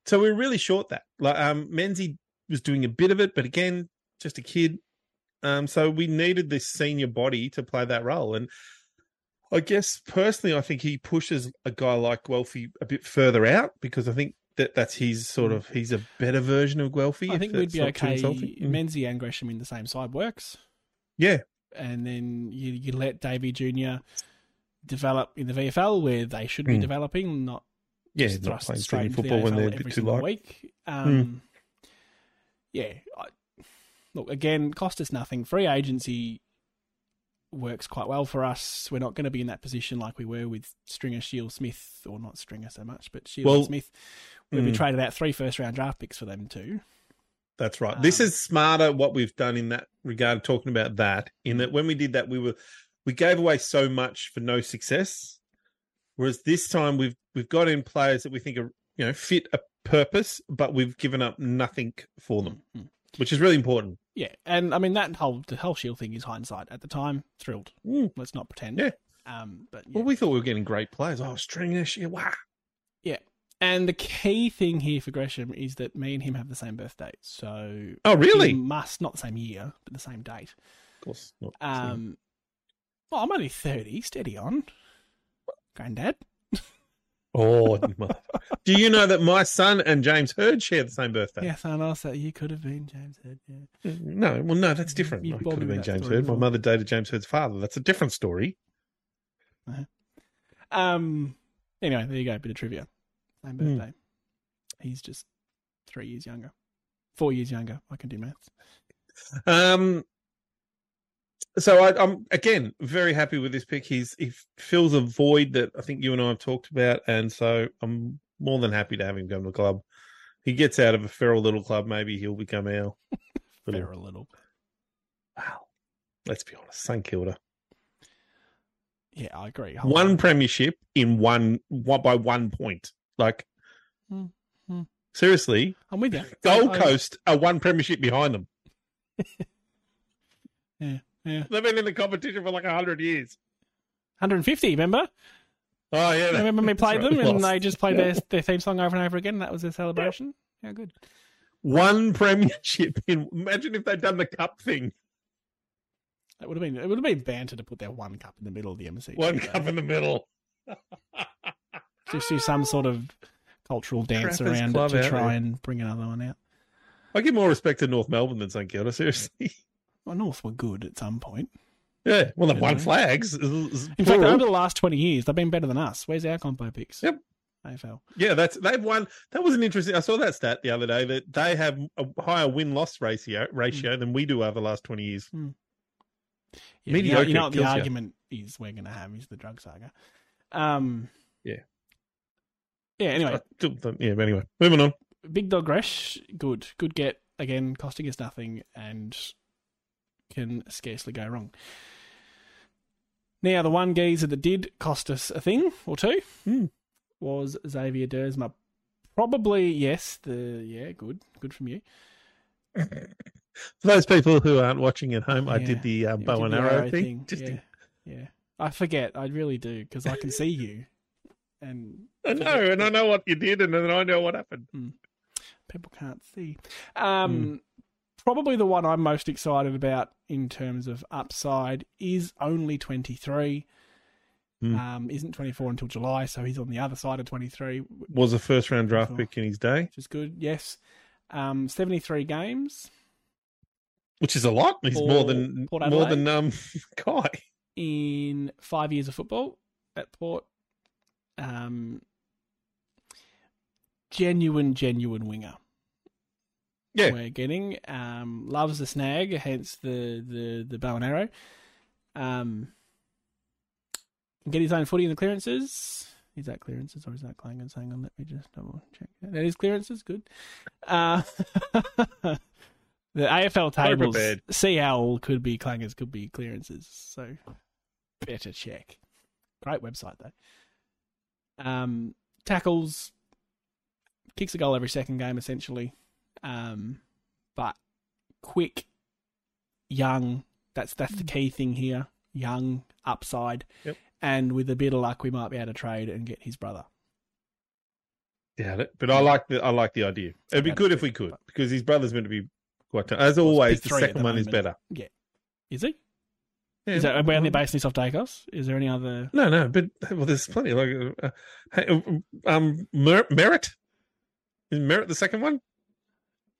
B: So we are really short that. Like um, Menzie was doing a bit of it, but again, just a kid. Um, so we needed this senior body to play that role, and I guess personally, I think he pushes a guy like Guelphy a bit further out because I think that that's his sort of he's a better version of Guelphy.
A: Mm. I
B: if
A: think we'd
B: that's
A: be
B: not too
A: okay.
B: insulting. Mm.
A: Menzie and Gresham in the same side works.
B: Yeah,
A: and then you, you let Davy Junior develop in the VFL where they should be
B: Mm.
A: developing, not
B: yeah,
A: just
B: not
A: thrust
B: playing
A: straight
B: senior
A: into
B: football
A: the
B: when
A: AFL
B: they're a
A: every
B: bit too
A: single
B: light. Hmm.
A: week. Um, Yeah, I, look again, cost us nothing. Free agency works quite well for us. We're not going to be in that position like we were with Stringer, Shield, Smith, or not Stringer so much, but Shield
B: Well,
A: and Smith. Where we
B: mm.
A: traded out three first round draft picks for them too.
B: That's right. this
A: Um,
B: is smarter what we've done in that regard, talking about that, in that when we did that, we were we gave away so much for no success. Whereas this time we've we've got in players that we think are you know fit a purpose, but we've given up nothing for them,
A: Mm.
B: which is really important.
A: Yeah, and I mean that whole the whole Shield thing is hindsight. At the time, thrilled.
B: Mm.
A: Let's not pretend.
B: Yeah.
A: Um, but yeah.
B: Well, we thought we were getting great players. Oh, Stringer, shit, wow.
A: and the key thing here for Gresham is that me and him have the same birthday, so
B: Oh, really?
A: he must not the same year, but the same date.
B: Of course not. Hmm.
A: Um, well, I'm only thirty. Steady on, granddad.
B: oh, my. do you know that my son and James Heard share the same birthday?
A: Yeah, someone else that you could have been James Head. Yeah.
B: Mm, No, well, no, that's different.
A: You
B: It
A: told
B: could have
A: me
B: been
A: that
B: James
A: story
B: Heard. My
A: before.
B: mother dated James Heard's father. That's a different story.
A: Um. Anyway, there you go. Bit of trivia. Same
B: Hmm.
A: birthday. He's just three years younger, four years younger. I can do maths.
B: Um, so I, I'm again very happy with this pick. He's he fills a void that I think you and I have talked about, and so I'm more than happy to have him come to the club. He gets out of a feral little club, maybe he'll become our little.
A: Fair a little.
B: Wow, let's be honest, St Kilda
A: Yeah, I agree.
B: one premiership in one, one by one point. Like
A: Hmm, hmm.
B: seriously,
A: I'm with you.
B: Gold
A: I- I-
B: Coast are one premiership behind them.
A: Yeah, yeah.
B: They've been in the competition for like hundred years.
A: 150. Remember?
B: Oh yeah,
A: Remember when we
B: that's
A: played
B: right,
A: them
B: we
A: and
B: lost.
A: they just played their, their theme song over and over again? That was their celebration? Yeah, good.
B: one premiership in imagine if they'd done the cup thing
A: That would have been it would have been banter to put their one cup in the middle of the MCG.
B: one
A: though.
B: cup in the middle
A: Just do some sort of cultural dance
B: Trappers
A: around it
B: Club
A: to
B: out
A: try
B: there.
A: and bring another one out.
B: i give more respect to north melbourne than st kilda seriously
A: Well, North were good at some point.
B: yeah well they've won
A: Yeah.
B: flags
A: In fact, over the last twenty years, they've been better than us. Where's our compo picks?
B: Yep.
A: AFL.
B: yeah that's they've won that was an interesting i saw that stat the other day that they have a higher win-loss ratio ratio
A: Mm.
B: than we do over the last 20 years
A: Yeah, you know,
B: Mediocre,
A: you know what the
B: kills you.
A: argument is we're going to have is the drug saga. Um,
B: Yeah.
A: Yeah, anyway,
B: I still don't- yeah, but anyway, moving on.
A: Big Dog Resh, good. Good get. Again, costing us nothing and can scarcely go wrong. Now, the one geezer that did cost us a thing or two
B: Hmm.
A: was Xavier Dersma. Probably, yes. The Yeah, good. Good from you.
B: For those people who aren't watching at home, I
A: Yeah.
B: did the uh,
A: You
B: bow
A: did
B: and
A: the
B: arrow, thing. Just
A: yeah.
B: in-
A: yeah. I forget. I really do because I can see you. And
B: I know, and I know what you did, and then I know what happened.
A: people can't see. Um, Probably the one I'm most excited about in terms of upside is only 23.
B: Hmm.
A: Um, isn't 24 until July, so he's on the other side of 23, which
B: Was a first round draft
A: Sure.
B: pick in his day,
A: is good. Yes, um, 73 games
B: which is a lot. He's
A: For
B: more than
A: Port
B: more than um Kai.
A: in five years of football at Port. Um, genuine, genuine winger.
B: Yeah.
A: we're getting. Um, loves the snag, hence the the the bow and arrow. Um, can get his own footy in the clearances. Is that clearances or is that Klangans? Hang on, let me just double check. That is clearances. Good. Uh, the AFL tables.
B: prepared.
A: CL could be Klangans, could be clearances. So better check. Great website though. Um, tackles, kicks a goal every second game essentially. Um, but quick, young. That's that's the key thing here. Young upside,
B: Mm. Yep.
A: and with a bit of luck, we might be able to trade and get his brother.
B: Doubt it, but I like the I like the idea. It'd be
A: That's
B: good if
A: good,
B: we could
A: but-
B: because his brother's meant to be quite. tough. As
A: it's
B: always,
A: pick
B: the
A: three at
B: second
A: the
B: one is
A: moment.
B: better.
A: Is he?
B: Yeah, Mm-hmm.
A: Is that are we only
B: well,
A: basing this off Dacos? Is there any other?
B: No, no, but well, there's plenty. Like, uh, hey, um, Mer- Merritt is Merritt the second one.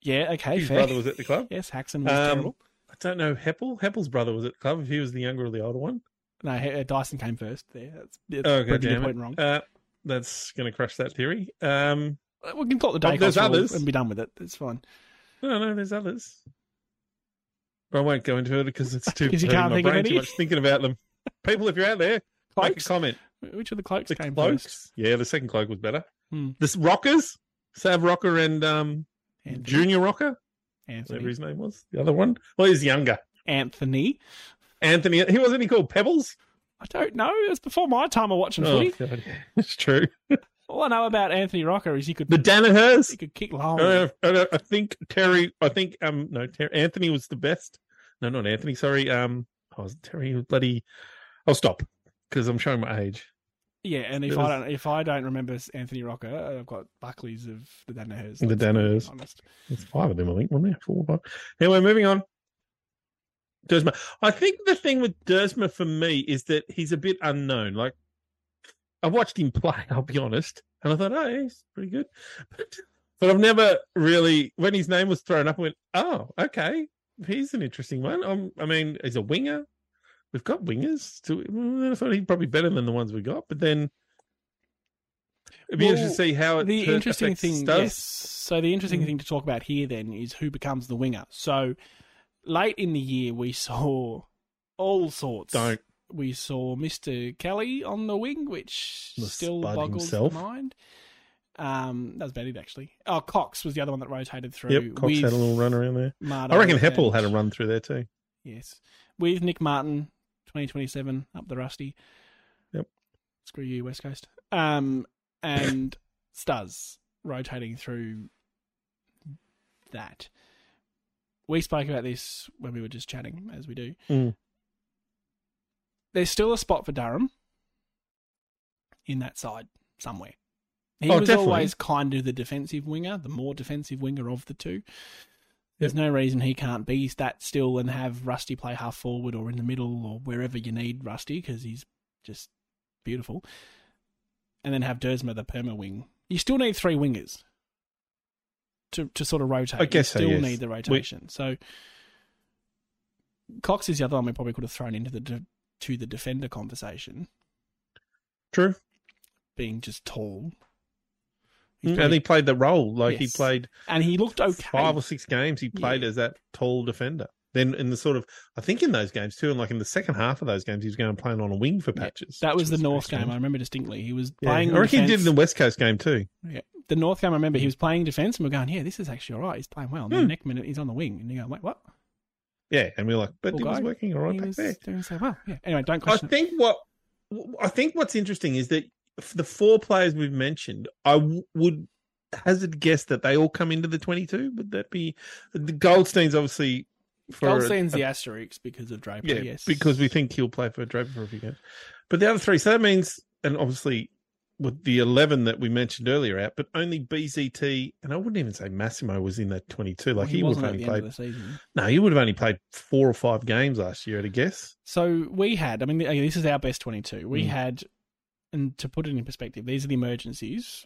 A: Yeah, okay,
B: His
A: fair.
B: brother was at the club.
A: Yes, Haxon was
B: Um,
A: terrible.
B: I don't know Heppel. Heppel's brother was at the club. If he was the younger or the older one,
A: No, H- Dyson came first. There, that's, that's
B: Okay,
A: proving your
B: damn it.
A: point wrong.
B: uh, that's going to crush that theory. Um,
A: Uh, we can call it the
B: oh,
A: Dacos
B: there's
A: rule
B: others.
A: and be done with it. It's fine
B: no, no, there's others. But I won't go into it because it's too.
A: 'Cause you
B: hurting
A: can't
B: my
A: think of
B: brain too
A: any?
B: much thinking about them. People, if you're out there, make a
A: Cloaks?
B: comment.
A: Which of the cloaks
B: The
A: came first?
B: cloaks. Yeah, the second cloak was better.
A: Hmm.
B: This Rockers, Sav Rocker and um,
A: Anthony.
B: Junior Rocker, whatever
A: Anthony.
B: his name was, the other one. Well, he's younger.
A: Anthony.
B: Anthony, he wasn't he called Pebbles?
A: I don't know. It was before my time of watching
B: Oh.
A: footy.
B: God, yeah, it's true.
A: All I know about Anthony Rocker is he could
B: The Oh,
A: he
B: Danahers.
A: could kick long.
B: I, Uh, I, I think Terry. I think um no Ter- Anthony was the best. No, not Anthony. Sorry. Um, oh, was it Terry was bloody. I'll stop because I'm showing my age.
A: yeah, and if
B: It
A: I
B: was-
A: don't if I don't remember Anthony Rocker, I've got Buckley's of the Danaher's.
B: The Danaher's.
A: Honest.
B: There's five of them, I think. One there, four, five. Anyway, moving on. Dersma. I think the thing with Dersma for me is that he's a bit unknown. Like, I watched him play, I'll be honest, and I thought, oh, yeah, he's pretty good. But, but I've never really, when his name was thrown up, I went, oh, okay, he's an interesting one. Um, I mean, he's a winger. We've got wingers. To, well, I thought he'd probably better than the ones we got, but then it'd be
A: Well,
B: interesting to see how it
A: The
B: turn-
A: interesting
B: affects
A: thing,
B: Stas.
A: yes. So the interesting
B: Mm.
A: thing to talk about here then is who becomes the winger. So late in the year we saw all sorts.
B: Don't
A: we saw Mr. Kelly on the wing, which
B: The
A: still
B: spud
A: boggles
B: himself.
A: the mind. Um, that was about it actually. Oh, Cox was the other one that rotated through.
B: Yep, Cox had a little run around there.
A: Mardo
B: I reckon Heppel
A: and-
B: had a run through there too.
A: Yes, with Nick Martin, twenty twenty seven up the rusty.
B: Yep.
A: Screw you, West Coast. Um, and Stuz rotating through that. We spoke about this when we were just chatting, as we do.
B: Mm.
A: There's still a spot for Durham in that side somewhere. He
B: Oh,
A: was
B: definitely.
A: always kind of the defensive winger, the more defensive winger of the two. There's no reason he can't be that still and have Rusty play half forward or in the middle or wherever you need Rusty because he's just beautiful. And then have Dersma the perma wing. You still need three wingers to to sort of rotate.
B: I guess so,
A: you still
B: yes.
A: need the rotation. So Cox is the other one we probably could have thrown into the de- to the defender conversation,
B: True.
A: being just tall. He's
B: Mm, And
A: probably-
B: he played the role. Like he
A: Mm-hmm. Yes.
B: played
A: and he looked okay.
B: five or six games. He played
A: Yeah.
B: as that tall defender. Then in the sort of, I think in those games too, and like in the second half of those games, he was going and playing on a wing for patches.
A: That
B: which
A: was the
B: very
A: North game.
B: strange.
A: I remember distinctly. He was
B: Yeah.
A: playing.
B: I reckon he did in the
A: defense-
B: West Coast game too.
A: the North game. I remember he was playing defense, and we're going, "Yeah, this is actually all right. He's playing well." And then
B: Hmm.
A: next minute, he's on the wing, and you go, "Wait, what?
B: Yeah, and we were like, but
A: Poor
B: it was
A: guy.
B: working all right
A: he
B: back
A: was
B: there.
A: doing so well." Yeah. Anyway, don't
B: I
A: question. it.
B: think what I think what's interesting is that f- the four players we've mentioned, I w- would hazard guess that they all come into the twenty-two. Would that be the Goldstein's obviously for a-
A: Goldstein's
B: a-
A: the asterisks because of Draper.
B: yeah,
A: yes,
B: because we think he'll play for Draper for a few games. But the other three, so that means, and obviously with the eleven that we mentioned earlier out, but only BZT and I wouldn't even say Massimo was in that twenty-two. Like
A: Well,
B: he, would
A: wasn't
B: have
A: at
B: only
A: the end of
B: played
A: the season.
B: no, he would have only played four or five games last year, I'd guess.
A: So we had. I mean, okay, this is our best twenty-two. We
B: Mm.
A: had, and to put it in perspective, these are the emergencies: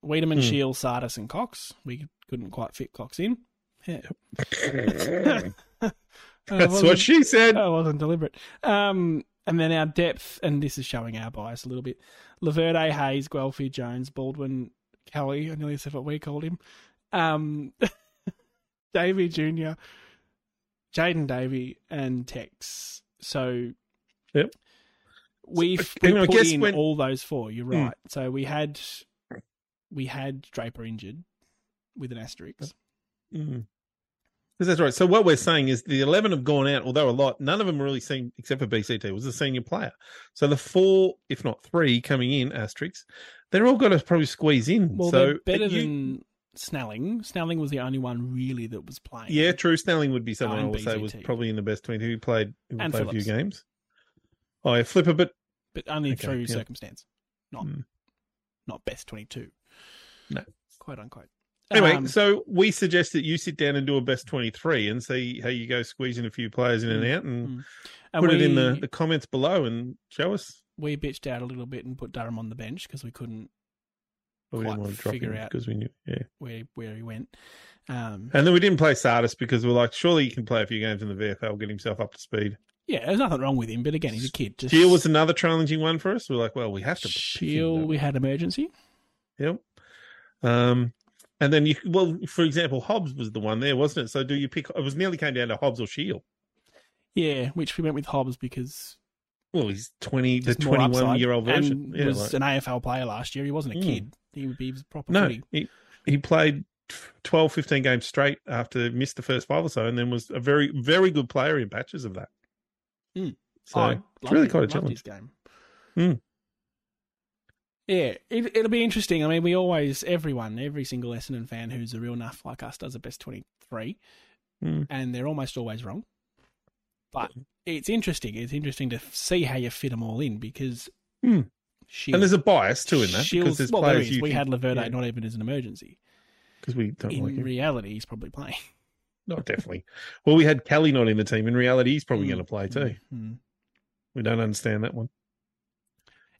A: Wiedemann,
B: Mm.
A: Shield, Sardis, and Cox. We couldn't quite fit Cox in.
B: That's
A: Uh,
B: what
A: wasn't-
B: she said.
A: I wasn't deliberate. Um, and then our depth, and this is showing our bias a little bit. Laverde, Hayes, Guelphy, Jones, Baldwin, Kelly. I nearly said what we called him. Um, Davy Junior, Jaden Davy, and Tex. So,
B: Yep.
A: we've
B: Okay,
A: we
B: I
A: put
B: guess
A: in
B: when-
A: all those four. You're
B: Hmm.
A: right. So we had we had Draper injured with an asterisk.
B: Mm. 'Cause That's right. So what we're saying is the eleven have gone out, although a lot. None of them really seem, except for BCT, was a senior player. So the four, if not three, coming in asterisks, they're all going to probably squeeze in.
A: Well,
B: so
A: they're better
B: but you-
A: than Snelling. Snelling was the only one really that was playing.
B: yeah, true. Snelling would be someone
A: Oh,
B: I
A: and
B: would say was
A: BZT.
B: probably in the best twenty. Who played? Who
A: And
B: played a few
A: Phillips.
B: games. Oh, yeah, Flipper, but
A: but only
B: Okay,
A: through
B: yeah.
A: circumstance, not
B: Mm.
A: not best twenty two.
B: No.
A: quote unquote.
B: anyway.
A: Um,
B: so we suggest that you sit down and do a best twenty-three and see how you go squeezing a few players in and
A: Mm,
B: out, and
A: mm. and
B: put
A: we,
B: it in the, the comments below and show us.
A: we bitched out a little bit and put Durham on the bench because we couldn't
B: But we didn't
A: quite
B: want to drop
A: figure
B: him
A: out-
B: because we knew. Yeah.
A: where where he went. Um,
B: And then we didn't play Sardis because we are like, surely he can play a few games in the VFL, get himself up to speed.
A: yeah, there's nothing wrong with him, but again, he's a kid. Just
B: Shield was another challenging one for us. We are like, well, we have to. pick him,
A: Shield.
B: don't
A: We had emergency.
B: we? Yep. Um, and then you, well, for example, Hobbs was the one there, wasn't it? So do you pick? It was nearly came down to Hobbs or Shield.
A: Yeah, which we went with Hobbs because
B: Well, he's twenty, the
A: there's more upside
B: twenty-one-year-old version.
A: And
B: Yeah,
A: was
B: like-
A: an AFL player last year. He wasn't a
B: Mm.
A: kid. He would be he was proper
B: no,
A: footy.
B: he, he played 12, 15 games straight after missed the first five or so, and then was a very, very good player in batches of that.
A: Hmm.
B: So
A: I
B: it's
A: loved
B: really
A: it.
B: quite a
A: Loved
B: challenge.
A: his game.
B: Hmm.
A: Yeah, it, it'll be interesting. I mean, we always, everyone, every single Essendon fan who's a real nuff like us does a best 23,
B: Hmm.
A: and they're almost always wrong. But it's interesting. It's interesting to see how you fit them all in because
B: Hmm.
A: Shield,
B: And there's a bias too in that because
A: Shields-
B: there's
A: well, there
B: players
A: is.
B: you
A: we
B: think-
A: had Laverde
B: yeah.
A: not even as an emergency.
B: because we don't like
A: In
B: him.
A: reality, he's probably playing.
B: Not definitely. Well, we had Kelly not in the team. In reality, he's probably going to play too.
A: Hmm.
B: We don't understand that one.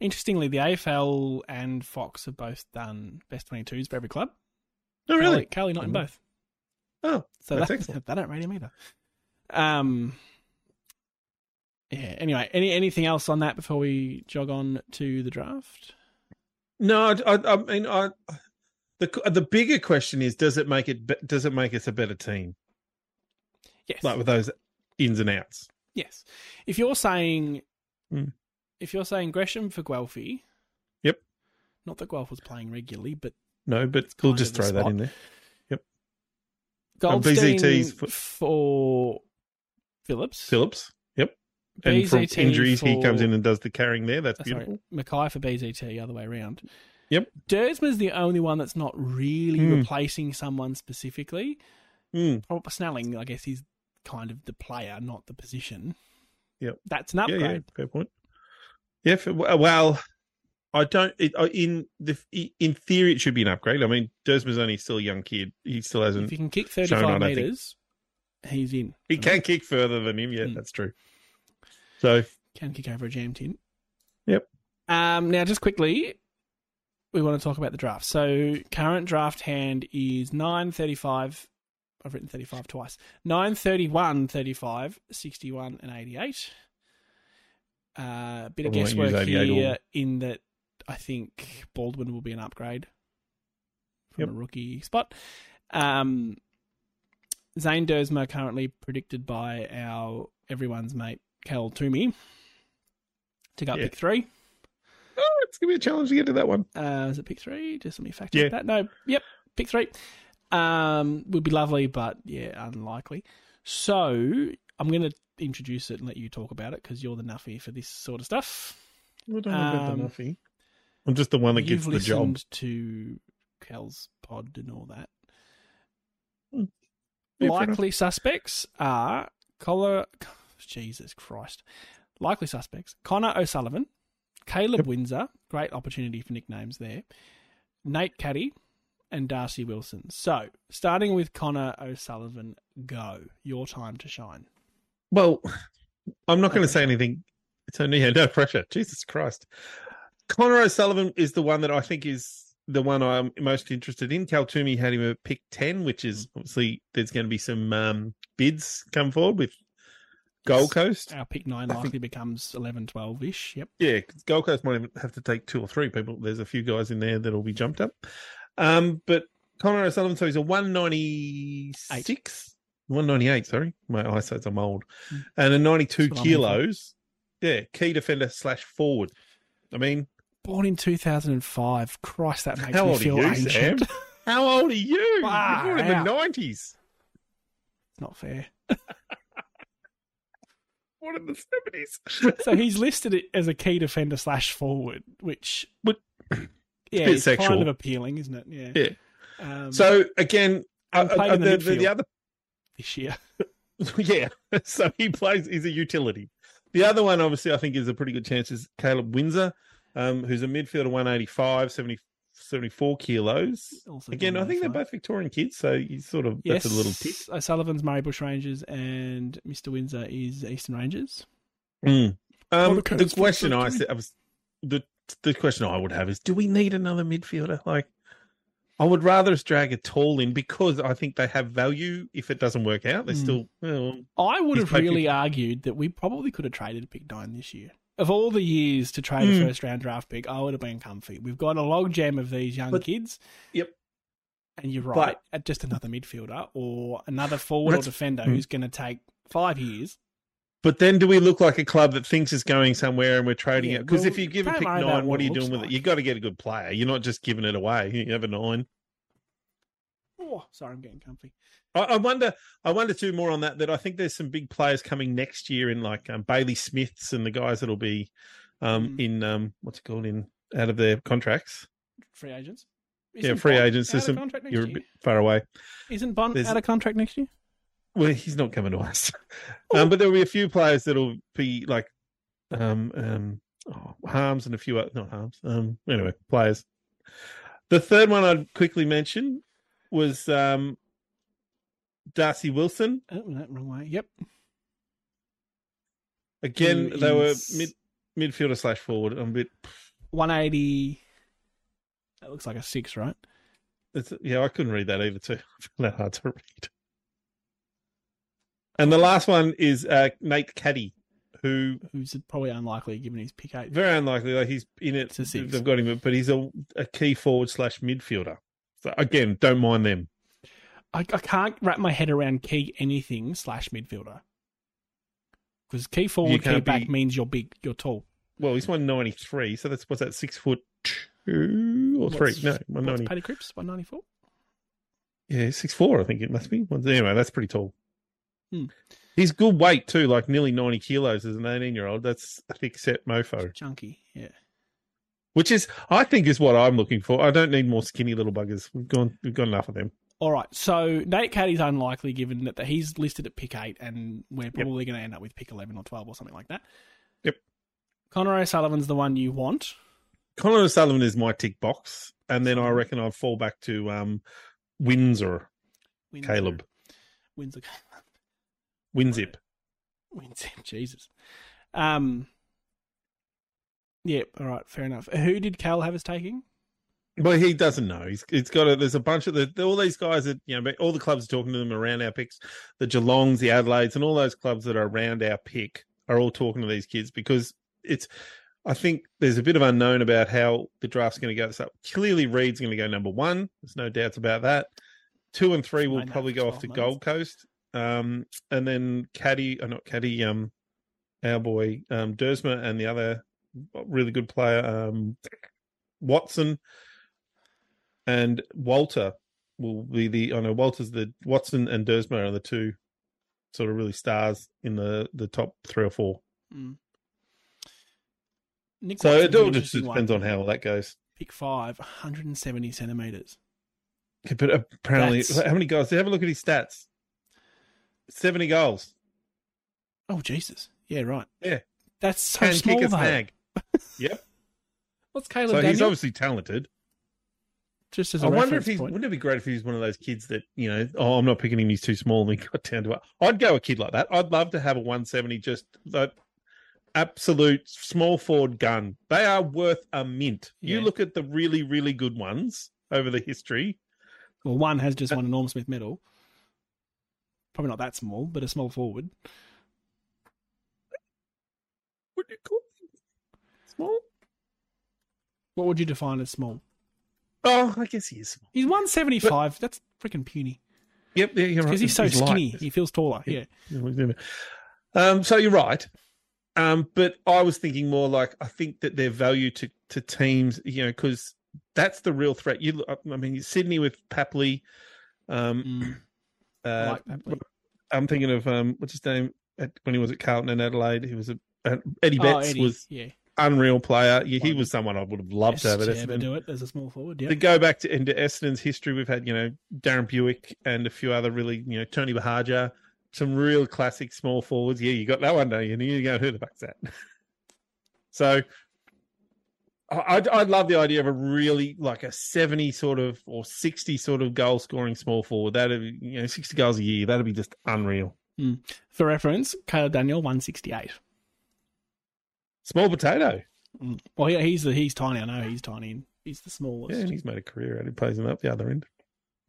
A: Interestingly, the AFL and Fox have both done best 22s for every club.
B: No,
A: Carly,
B: really.
A: Carly not in
B: Mhm.
A: both.
B: Oh,
A: So
B: that's
A: that,
B: excellent.
A: They don't rate him either. Um, yeah. Anyway, any anything else on that before we jog on to the draft?
B: No, I, I, I mean, I, the the bigger question is: Does it make it? be- Does it make us a better team?
A: Yes.
B: Like with those ins and outs.
A: yes. If you're saying,
B: Hmm.
A: if you're saying Gresham for Guelphy,
B: Yep.
A: Not that Guelph was playing regularly, but
B: No, but
A: It's
B: we'll
A: kind
B: just
A: of the
B: throw that
A: spot.
B: in there. And
A: Goldstein
B: Um, VZTs
A: for,
B: for-
A: for Phillips.
B: Phillips. Yep. And from
A: BZT
B: injuries, he
A: for-
B: comes in and does the carrying there. That's
A: Oh, sorry,
B: beautiful.
A: Mackay for BZT, other way around.
B: Yep.
A: Dersma's the only one that's not really
B: Hmm.
A: replacing someone specifically.
B: Mm.
A: Well, Snelling, I guess, he's kind of the player, not the position.
B: Yep.
A: That's an
B: Yeah,
A: upgrade.
B: yeah, fair point. Yeah, f- well, I don't. It, I- in the in theory, it should be an upgrade. I mean, Dersma's only still a young kid. He still
A: If
B: hasn't.
A: you can kick
B: shown on,
A: 35
B: I think.
A: metres, he's in.
B: He can kick further than him. Yeah,
A: Mm.
B: that's true. So
A: Can kick over a jam tin.
B: Yep.
A: Um, now, just quickly, we want to talk about the draft. So, current draft hand is 935. I've written 35 twice. 931, 35, 61, and 88. Uh, bit of
B: Probably won't use
A: guesswork
B: 88 all.
A: here in that I think Baldwin will be an upgrade from
B: Yep.
A: a rookie spot. Um, Zane Dersma currently predicted by our everyone's mate Cal Toomey to go
B: Yeah.
A: pick three.
B: Oh, it's gonna be a challenge to get to that one.
A: Uh, is it pick three? Just let me fact check
B: Yeah.
A: that. No, yep, pick three. Um, would be lovely, but yeah, unlikely. So I'm going to introduce it and let you talk about it because you're the nuffy for this sort of stuff.
B: I don't know about the
A: Um,
B: Nuffy. I'm just the one that
A: You've
B: gets the job.
A: listened to Cal's pod and all that.
B: Hmm. Yeah, fair enough.
A: Likely suspects are Collar. Jesus Christ. Likely suspects Connor O'Sullivan, Caleb
B: Yep.
A: Windsor. Great opportunity for nicknames there. Nate Caddy and Darcy Wilson. So, starting with Connor O'Sullivan, go. Your time to shine.
B: Well, I'm not going to say anything. It's only yeah, no pressure. Jesus Christ. Connor O'Sullivan is the one that I think is the one I'm most interested in. Cal Toomey had him at pick 10, which is obviously there's going to be some um, bids come forward with Gold Coast.
A: Our pick nine
B: I think-
A: likely becomes 11, 12 ish. Yep.
B: Yeah, 'cause Gold Coast might even have to take two or three people. There's a few guys in there that'll be jumped up. Um, but Connor O'Sullivan, so he's a 196, 198. Sorry, my eyesight's I'm old,
A: Mm.
B: and a 92
A: That's what I'm here for.
B: kilos. Yeah, key defender slash forward. I mean,
A: Born in 2005. Christ, that makes
B: How
A: me
B: old are
A: feel
B: you,
A: ancient.
B: how old are you?
A: Far
B: You're in the
A: out.
B: 90s.
A: Not fair.
B: What in the 70s?
A: So he's listed it as a key defender slash forward, which
B: But-
A: yeah,
B: bit
A: it's
B: sexual.
A: kind of appealing, isn't it? Yeah.
B: Yeah.
A: Um,
B: so again, uh,
A: And played
B: uh,
A: in the
B: the, the, the
A: midfield.
B: other
A: this year,
B: yeah. So he plays he's a utility. The other one, obviously, I think is a pretty good chance is Caleb Windsor, um, who's a midfielder 185, 70, 74 kilos.
A: also
B: Again, I
A: dominated
B: think they're
A: by-
B: both Victorian kids, so you sort of
A: Yes,
B: that's a little tip.
A: O'Sullivan's Murray Bush Rangers, and Mr. Windsor is Eastern Rangers.
B: Mm. Um,
A: What a
B: the
A: case for
B: question I
A: victory.
B: said I was the the question I would have is do we need another midfielder? Like I would rather us drag a tall in because I think they have value if it doesn't work out. They're
A: Mm.
B: still well,
A: I would
B: He's
A: have
B: played
A: really argued that we probably could have traded pick nine this year. Of all the years to trade
B: Mm.
A: a first round draft pick, I would have been comfy. We've got a logjam of these young
B: But-
A: kids.
B: Yep.
A: And you're
B: But-
A: right, at just another midfielder or another forward or
B: That's-
A: defender
B: Mm.
A: who's going to take five years
B: But then, do we look like a club that thinks it's going somewhere and we're trading
A: Yeah,
B: it? Because
A: well,
B: if you give a
A: don't
B: pick
A: worry
B: nine,
A: about
B: what,
A: what
B: are you
A: it looks
B: doing with
A: like.
B: it? You got to get a good player. You're not just giving it away. You have a nine.
A: Oh, sorry, I'm getting comfy.
B: I, I wonder. I wonder too more on that. That I think there's some big players coming next year in like um, Bailey Smiths and the guys that'll be um,
A: Mm.
B: in um, what's it called in out of their contracts.
A: Free agents.
B: yeah, free agents.
A: Out
B: There's
A: of
B: some,
A: contract next
B: you're a
A: year.
B: bit far away.
A: Isn't Bond
B: there's-
A: out of contract next year?
B: Well, he's not coming to us.
A: Oh.
B: Um, but there'll be a few players that'll be like um um oh, Harms and a few other not Harms. Um anyway, players. The third one I'd quickly mention was um Darcy Wilson.
A: Oh, no, wrong way. Yep.
B: Again,
A: Who
B: they were
A: is-
B: mid midfielder slash forward. I'm a bit
A: 180. That looks like a six, right?
B: it's, yeah, I couldn't read that either too. I found that hard to read. And the last one is uh, Nate Caddy, who
A: Who's probably unlikely given his pick eight.
B: Very unlikely. Like he's in it.
A: It's a six.
B: They've got him, but he's a, a key forward slash midfielder. So again, don't mind them.
A: I, I can't wrap my head around key anything slash midfielder. Because key
B: You
A: forward, key
B: can't
A: back
B: be-
A: means you're big, you're tall.
B: Well, he's one ninety three. So that's what's that six foot two or three?
A: What's-
B: no, one
A: What's
B: ninety.
A: Paddy Cripps? 194?
B: Yeah, six four. I think it must be. Well, Anyway, that's pretty tall.
A: Hmm.
B: He's good weight too, like nearly ninety kilos as an eighteen year old. That's a thick set mofo,
A: Chunky, yeah.
B: which is I think is what I'm looking for. I don't need more skinny little buggers. We've gone. We've got enough of them.
A: All right, so Nate Caddy's unlikely given that that he's listed at pick eight, and we're probably going to end up with pick 11 or 12 or something like that.
B: Yep.
A: Connor O'Sullivan's the one you want.
B: Conor O'Sullivan is my tick box, and then I reckon I fall back to um, Windsor.
A: Wins-
B: Caleb.
A: Wins the
B: Winzip.
A: wins it. Jesus. Um. Yep. all right. Fair enough. Who did Cal have us taking?
B: Well, he doesn't know. He's it's got a, there's a bunch of the all these guys that you know, but all the clubs are talking to them around our picks. The Geelongs, the Adelaides, and all those clubs that are around our pick are all talking to these kids because it's. I think there's a bit of unknown about how the draft's going to go. So clearly, Reed's going to go number one. There's no doubts about that. Two and three will
A: Nine
B: probably
A: out
B: go
A: of
B: off to
A: 12
B: Gold Coast. Um, and then Caddy, oh, not Caddy, um, our boy, um, Dersma and the other really good player, um, Watson and Walter will be the, I know Walter's the, Watson and Dersma are the two sort of really stars in the, the top three or four.
A: Mm. Nick
B: So
A: Watson's
B: it all
A: an
B: just
A: interesting
B: depends
A: one.
B: on how that goes.
A: Pick five, 170 centimeters.
B: Yeah, But apparently,
A: That's-
B: how many goals? Have a look at his stats. Seventy goals.
A: Oh Jesus! Yeah, right.
B: Yeah.
A: that's so
B: Can
A: small
B: kick a
A: though.
B: snag.
A: What's Caleb
B: So he's
A: Daniel?
B: obviously talented.
A: Just as a
B: I wonder if
A: reference
B: he's.
A: point.
B: Wouldn't it be great if he was one of those kids that you know? Oh, I'm not picking him. He's too small. And he got down to. I'd go a kid like that. I'd love to have a 170. Just that absolute small Ford gun. They are worth a mint. You
A: Yeah.
B: look at the really, really good ones over the history.
A: Well, one has just won a Norm Smith medal. Probably not that small, but a small forward.
B: Would you call them small?
A: What would you define as small?
B: Oh, I guess he is small.
A: He's 175. That's freaking puny.
B: Yep, yeah, you're right.
A: Because he's so
B: light.
A: skinny, he feels taller.
B: Yeah.
A: Yeah.
B: Um, so you're right. Um, but I was thinking more like I think that their value to, to teams, you know, because that's the real threat. You, I mean, Sydney with Papley. Um,
A: Mm, I
B: uh,
A: like that. one.
B: I'm thinking of um, what's his name at, when he was at Carlton and Adelaide. He was a uh, Eddie
A: Oh,
B: Betts
A: Eddie,
B: was
A: yeah.
B: unreal player. Yeah, he
A: One.
B: was someone I would have loved to
A: Yes,
B: have at
A: to ever
B: Essendon
A: do it as a small forward.
B: to
A: Yeah.
B: go back to into Essendon's history, we've had you know Darren Buick and a few other really you know Tony Bahaja, some real classic small forwards. Yeah, you got that one, don't you? And you go, who the fuck's that? so, I I'd- I love the idea of a really like a seventy sort of or sixty sort of goal scoring small forward. That'd be, you know sixty goals a year. That'd be just unreal.
A: For reference, Caleb Daniel, 168.
B: Small potato.
A: Mm. Well, yeah, he's the he's tiny. I know he's tiny. He's the smallest.
B: Yeah, and he's made a career out of posing up the other end.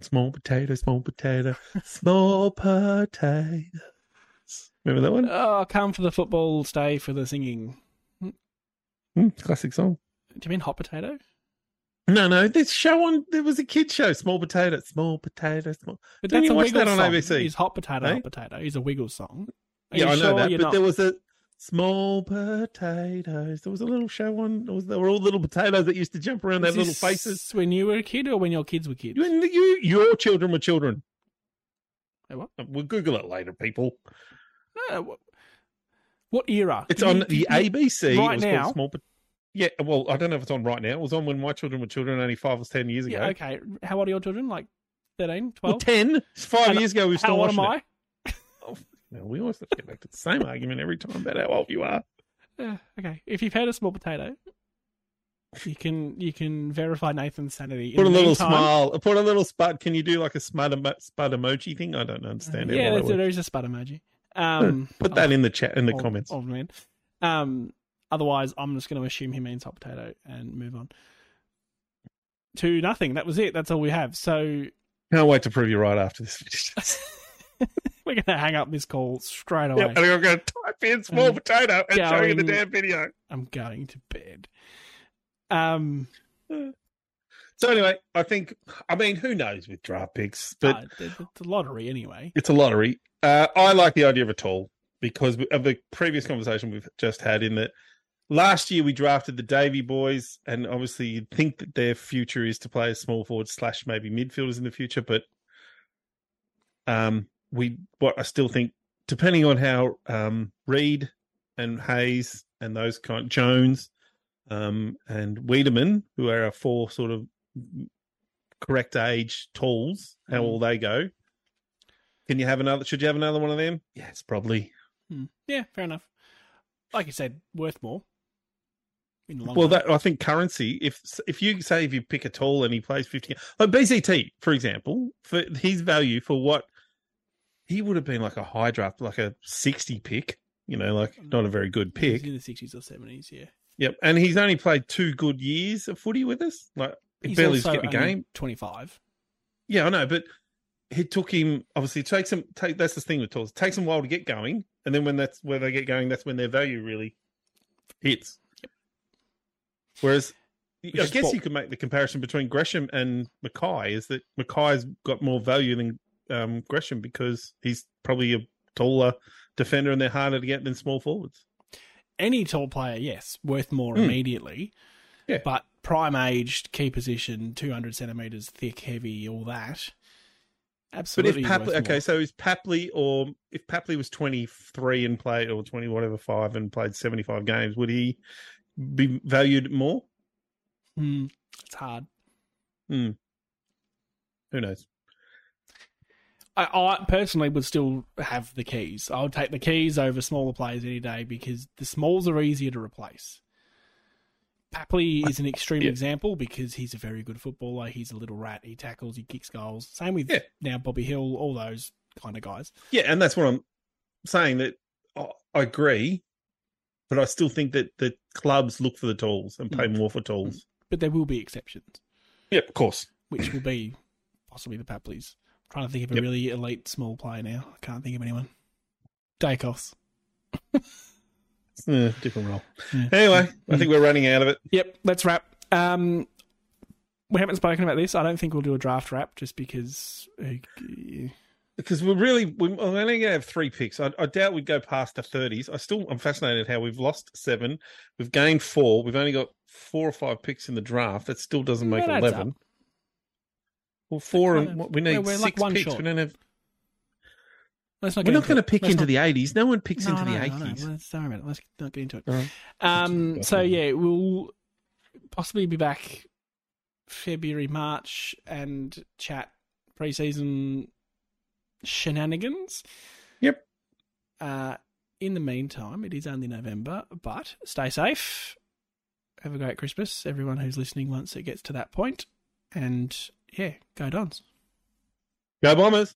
B: Small potato, small potato, small potatoes. Remember that one?
A: Oh, come for the football, stay for the singing.
B: Mm, classic song.
A: Do you mean hot potato?
B: No, no, this show on there was a kid show, Small Potato, Small Potato, Small.
A: But
B: Didn't
A: that's
B: you
A: a
B: watch
A: Wiggles
B: that on
A: song.
B: ABC?
A: He's hot potato,
B: Eh?
A: hot potato. He's a Wiggles song. Are
B: yeah,
A: you
B: I know
A: sure
B: that,
A: you're
B: but
A: not-
B: there was a Small Potatoes. There was a little show on. There was there were all little potatoes that used to jump around. They
A: Was
B: had little
A: this
B: faces.
A: When you were a kid, or when your kids were kids?
B: You, and you, your children were children. Uh,
A: Hey, what?
B: We'll Google it later, people.
A: No, what, what era?
B: It's
A: Did
B: on
A: you-
B: the
A: did you-
B: ABC.
A: right
B: it was
A: now?
B: Called Small Pot- yeah, well, I don't know if it's on right now. It was on when my children were children, only five or ten years ago.
A: Yeah, okay. How old are your children? Like 13,
B: Well,
A: 12?
B: ten. It's five
A: And
B: years ago. We were
A: how
B: still
A: old
B: watching
A: am I?
B: it. No, we always have to get back to the same argument every time about how old you are.
A: Uh, okay. If you've had a small potato, you can you can verify Nathan's sanity. In
B: Put
A: the
B: a little
A: meantime-
B: smile. Put a little spud. Can you do like a spud, emo- spud emoji thing? I don't understand it.
A: Yeah,
B: why that
A: there's,
B: works.
A: there's a spud emoji. Um,
B: Put that in the chat in the
A: old-
B: comments.
A: Old man. Um, otherwise, I'm just going to assume he means hot potato and move on. To nothing. That was it. That's all we have. So
B: Can't wait to prove you right after this.
A: we're going to hang up this call straight away.
B: yeah, and I'm going to type in small
A: Mm.
B: potato and show you the
A: Going-
B: damn video.
A: I'm going to bed. Um,
B: So anyway, I think I mean who knows with draft picks, but
A: uh, the, the- the lottery anyway.
B: it's a lottery. Uh, I like the idea of a tall because of the previous conversation we've just had. In that last year we drafted the Davy boys, and obviously you'd think that their future is to play as small forward slash maybe midfielders in the future, but um, we what I still think, depending on how um, Reed and Hayes and those kind Jones um, and Wiedemann, who are our four sort of correct age tools, how all they go. Can you have another? Should you have another one of them? Yes, probably.
A: Hmm. Yeah, fair enough. Like you said, worth more. In the long
B: Well,
A: run.
B: that I think currency. If if you say if you pick a tall and he plays fifty, like BCT for example, for his value for what he would have been like a high draft, like a sixty pick. You know, like not a very good
A: He's
B: pick.
A: in the sixties or seventies. Yeah,
B: Yep, and he's only played two good years of footy with us. Like he
A: he's
B: barely
A: also
B: skipped a
A: only
B: game.
A: Twenty-five.
B: Yeah, I know, but it took him obviously it takes him take that's the thing with tools. It takes them a while to get going, and then when that's where they get going, that's when their value really hits. Whereas I
A: is
B: guess
A: what-
B: you could make the comparison between Gresham and Mackay is that Mackay's got more value than um, Gresham because he's probably a taller defender and they're harder to get than small forwards.
A: Any tall player, yes, worth more
B: Mm.
A: immediately.
B: Yeah.
A: But prime aged, key position, 200 centimetres, thick, heavy, all that.
B: But if
A: Absolutely.
B: Papley,
A: worth
B: okay,
A: more.
B: so is Papley or if Papley was 23 and played or 20, whatever, five and played 75 games, would he be valued more?
A: Hmm, it's hard.
B: Who knows?
A: I, I personally would still have the keys. I would take the keys over smaller players any day because the smalls are easier to replace. Papley is an extreme
B: Yeah.
A: example because he's a very good footballer. He's a little rat. He tackles. He kicks goals. Same with
B: Yeah.
A: now Bobby Hill. All those kind of guys.
B: Yeah, and that's what I'm saying that I I agree, but I still think that the clubs look for the tools and pay more for tools.
A: But there will be exceptions,
B: Mm. Yeah, of course.
A: which will be possibly the Papleys. I'm trying to think of a
B: Yep.
A: really elite small player now. I can't think of anyone. Dacos.
B: Eh, different role.
A: Yeah.
B: Anyway, I think we're running out of it.
A: Yep, let's wrap. Um, we haven't spoken about this. I don't think we'll do a draft wrap just because. Uh,
B: because we're really we- we're only going to have three picks. I, I doubt we'd go past the thirties. I still I'm fascinated how we've lost seven, we've gained four, we've only got four or five picks in the draft. That still doesn't make
A: That adds
B: eleven. Well, four
A: That
B: and
A: kind
B: what
A: of-
B: we need
A: we're- we're
B: six
A: like one
B: picks.
A: short.
B: We don't have.
A: let's not
B: We're
A: get
B: not
A: into
B: going to
A: it.
B: pick
A: Let's
B: into
A: not-
B: the eighties. No one picks
A: No,
B: into
A: no,
B: the
A: no, no.
B: eighties.
A: Well, Sorry about it. Let's not get into it.
B: All right.
A: Um, so
B: Definitely.
A: yeah, we'll possibly be back February, March, and chat preseason shenanigans.
B: Yep.
A: Uh, in the meantime, it is only November, but stay safe. Have a great Christmas, everyone who's listening. Once it gets to that point, and yeah, go Dons.
B: Go Bombers.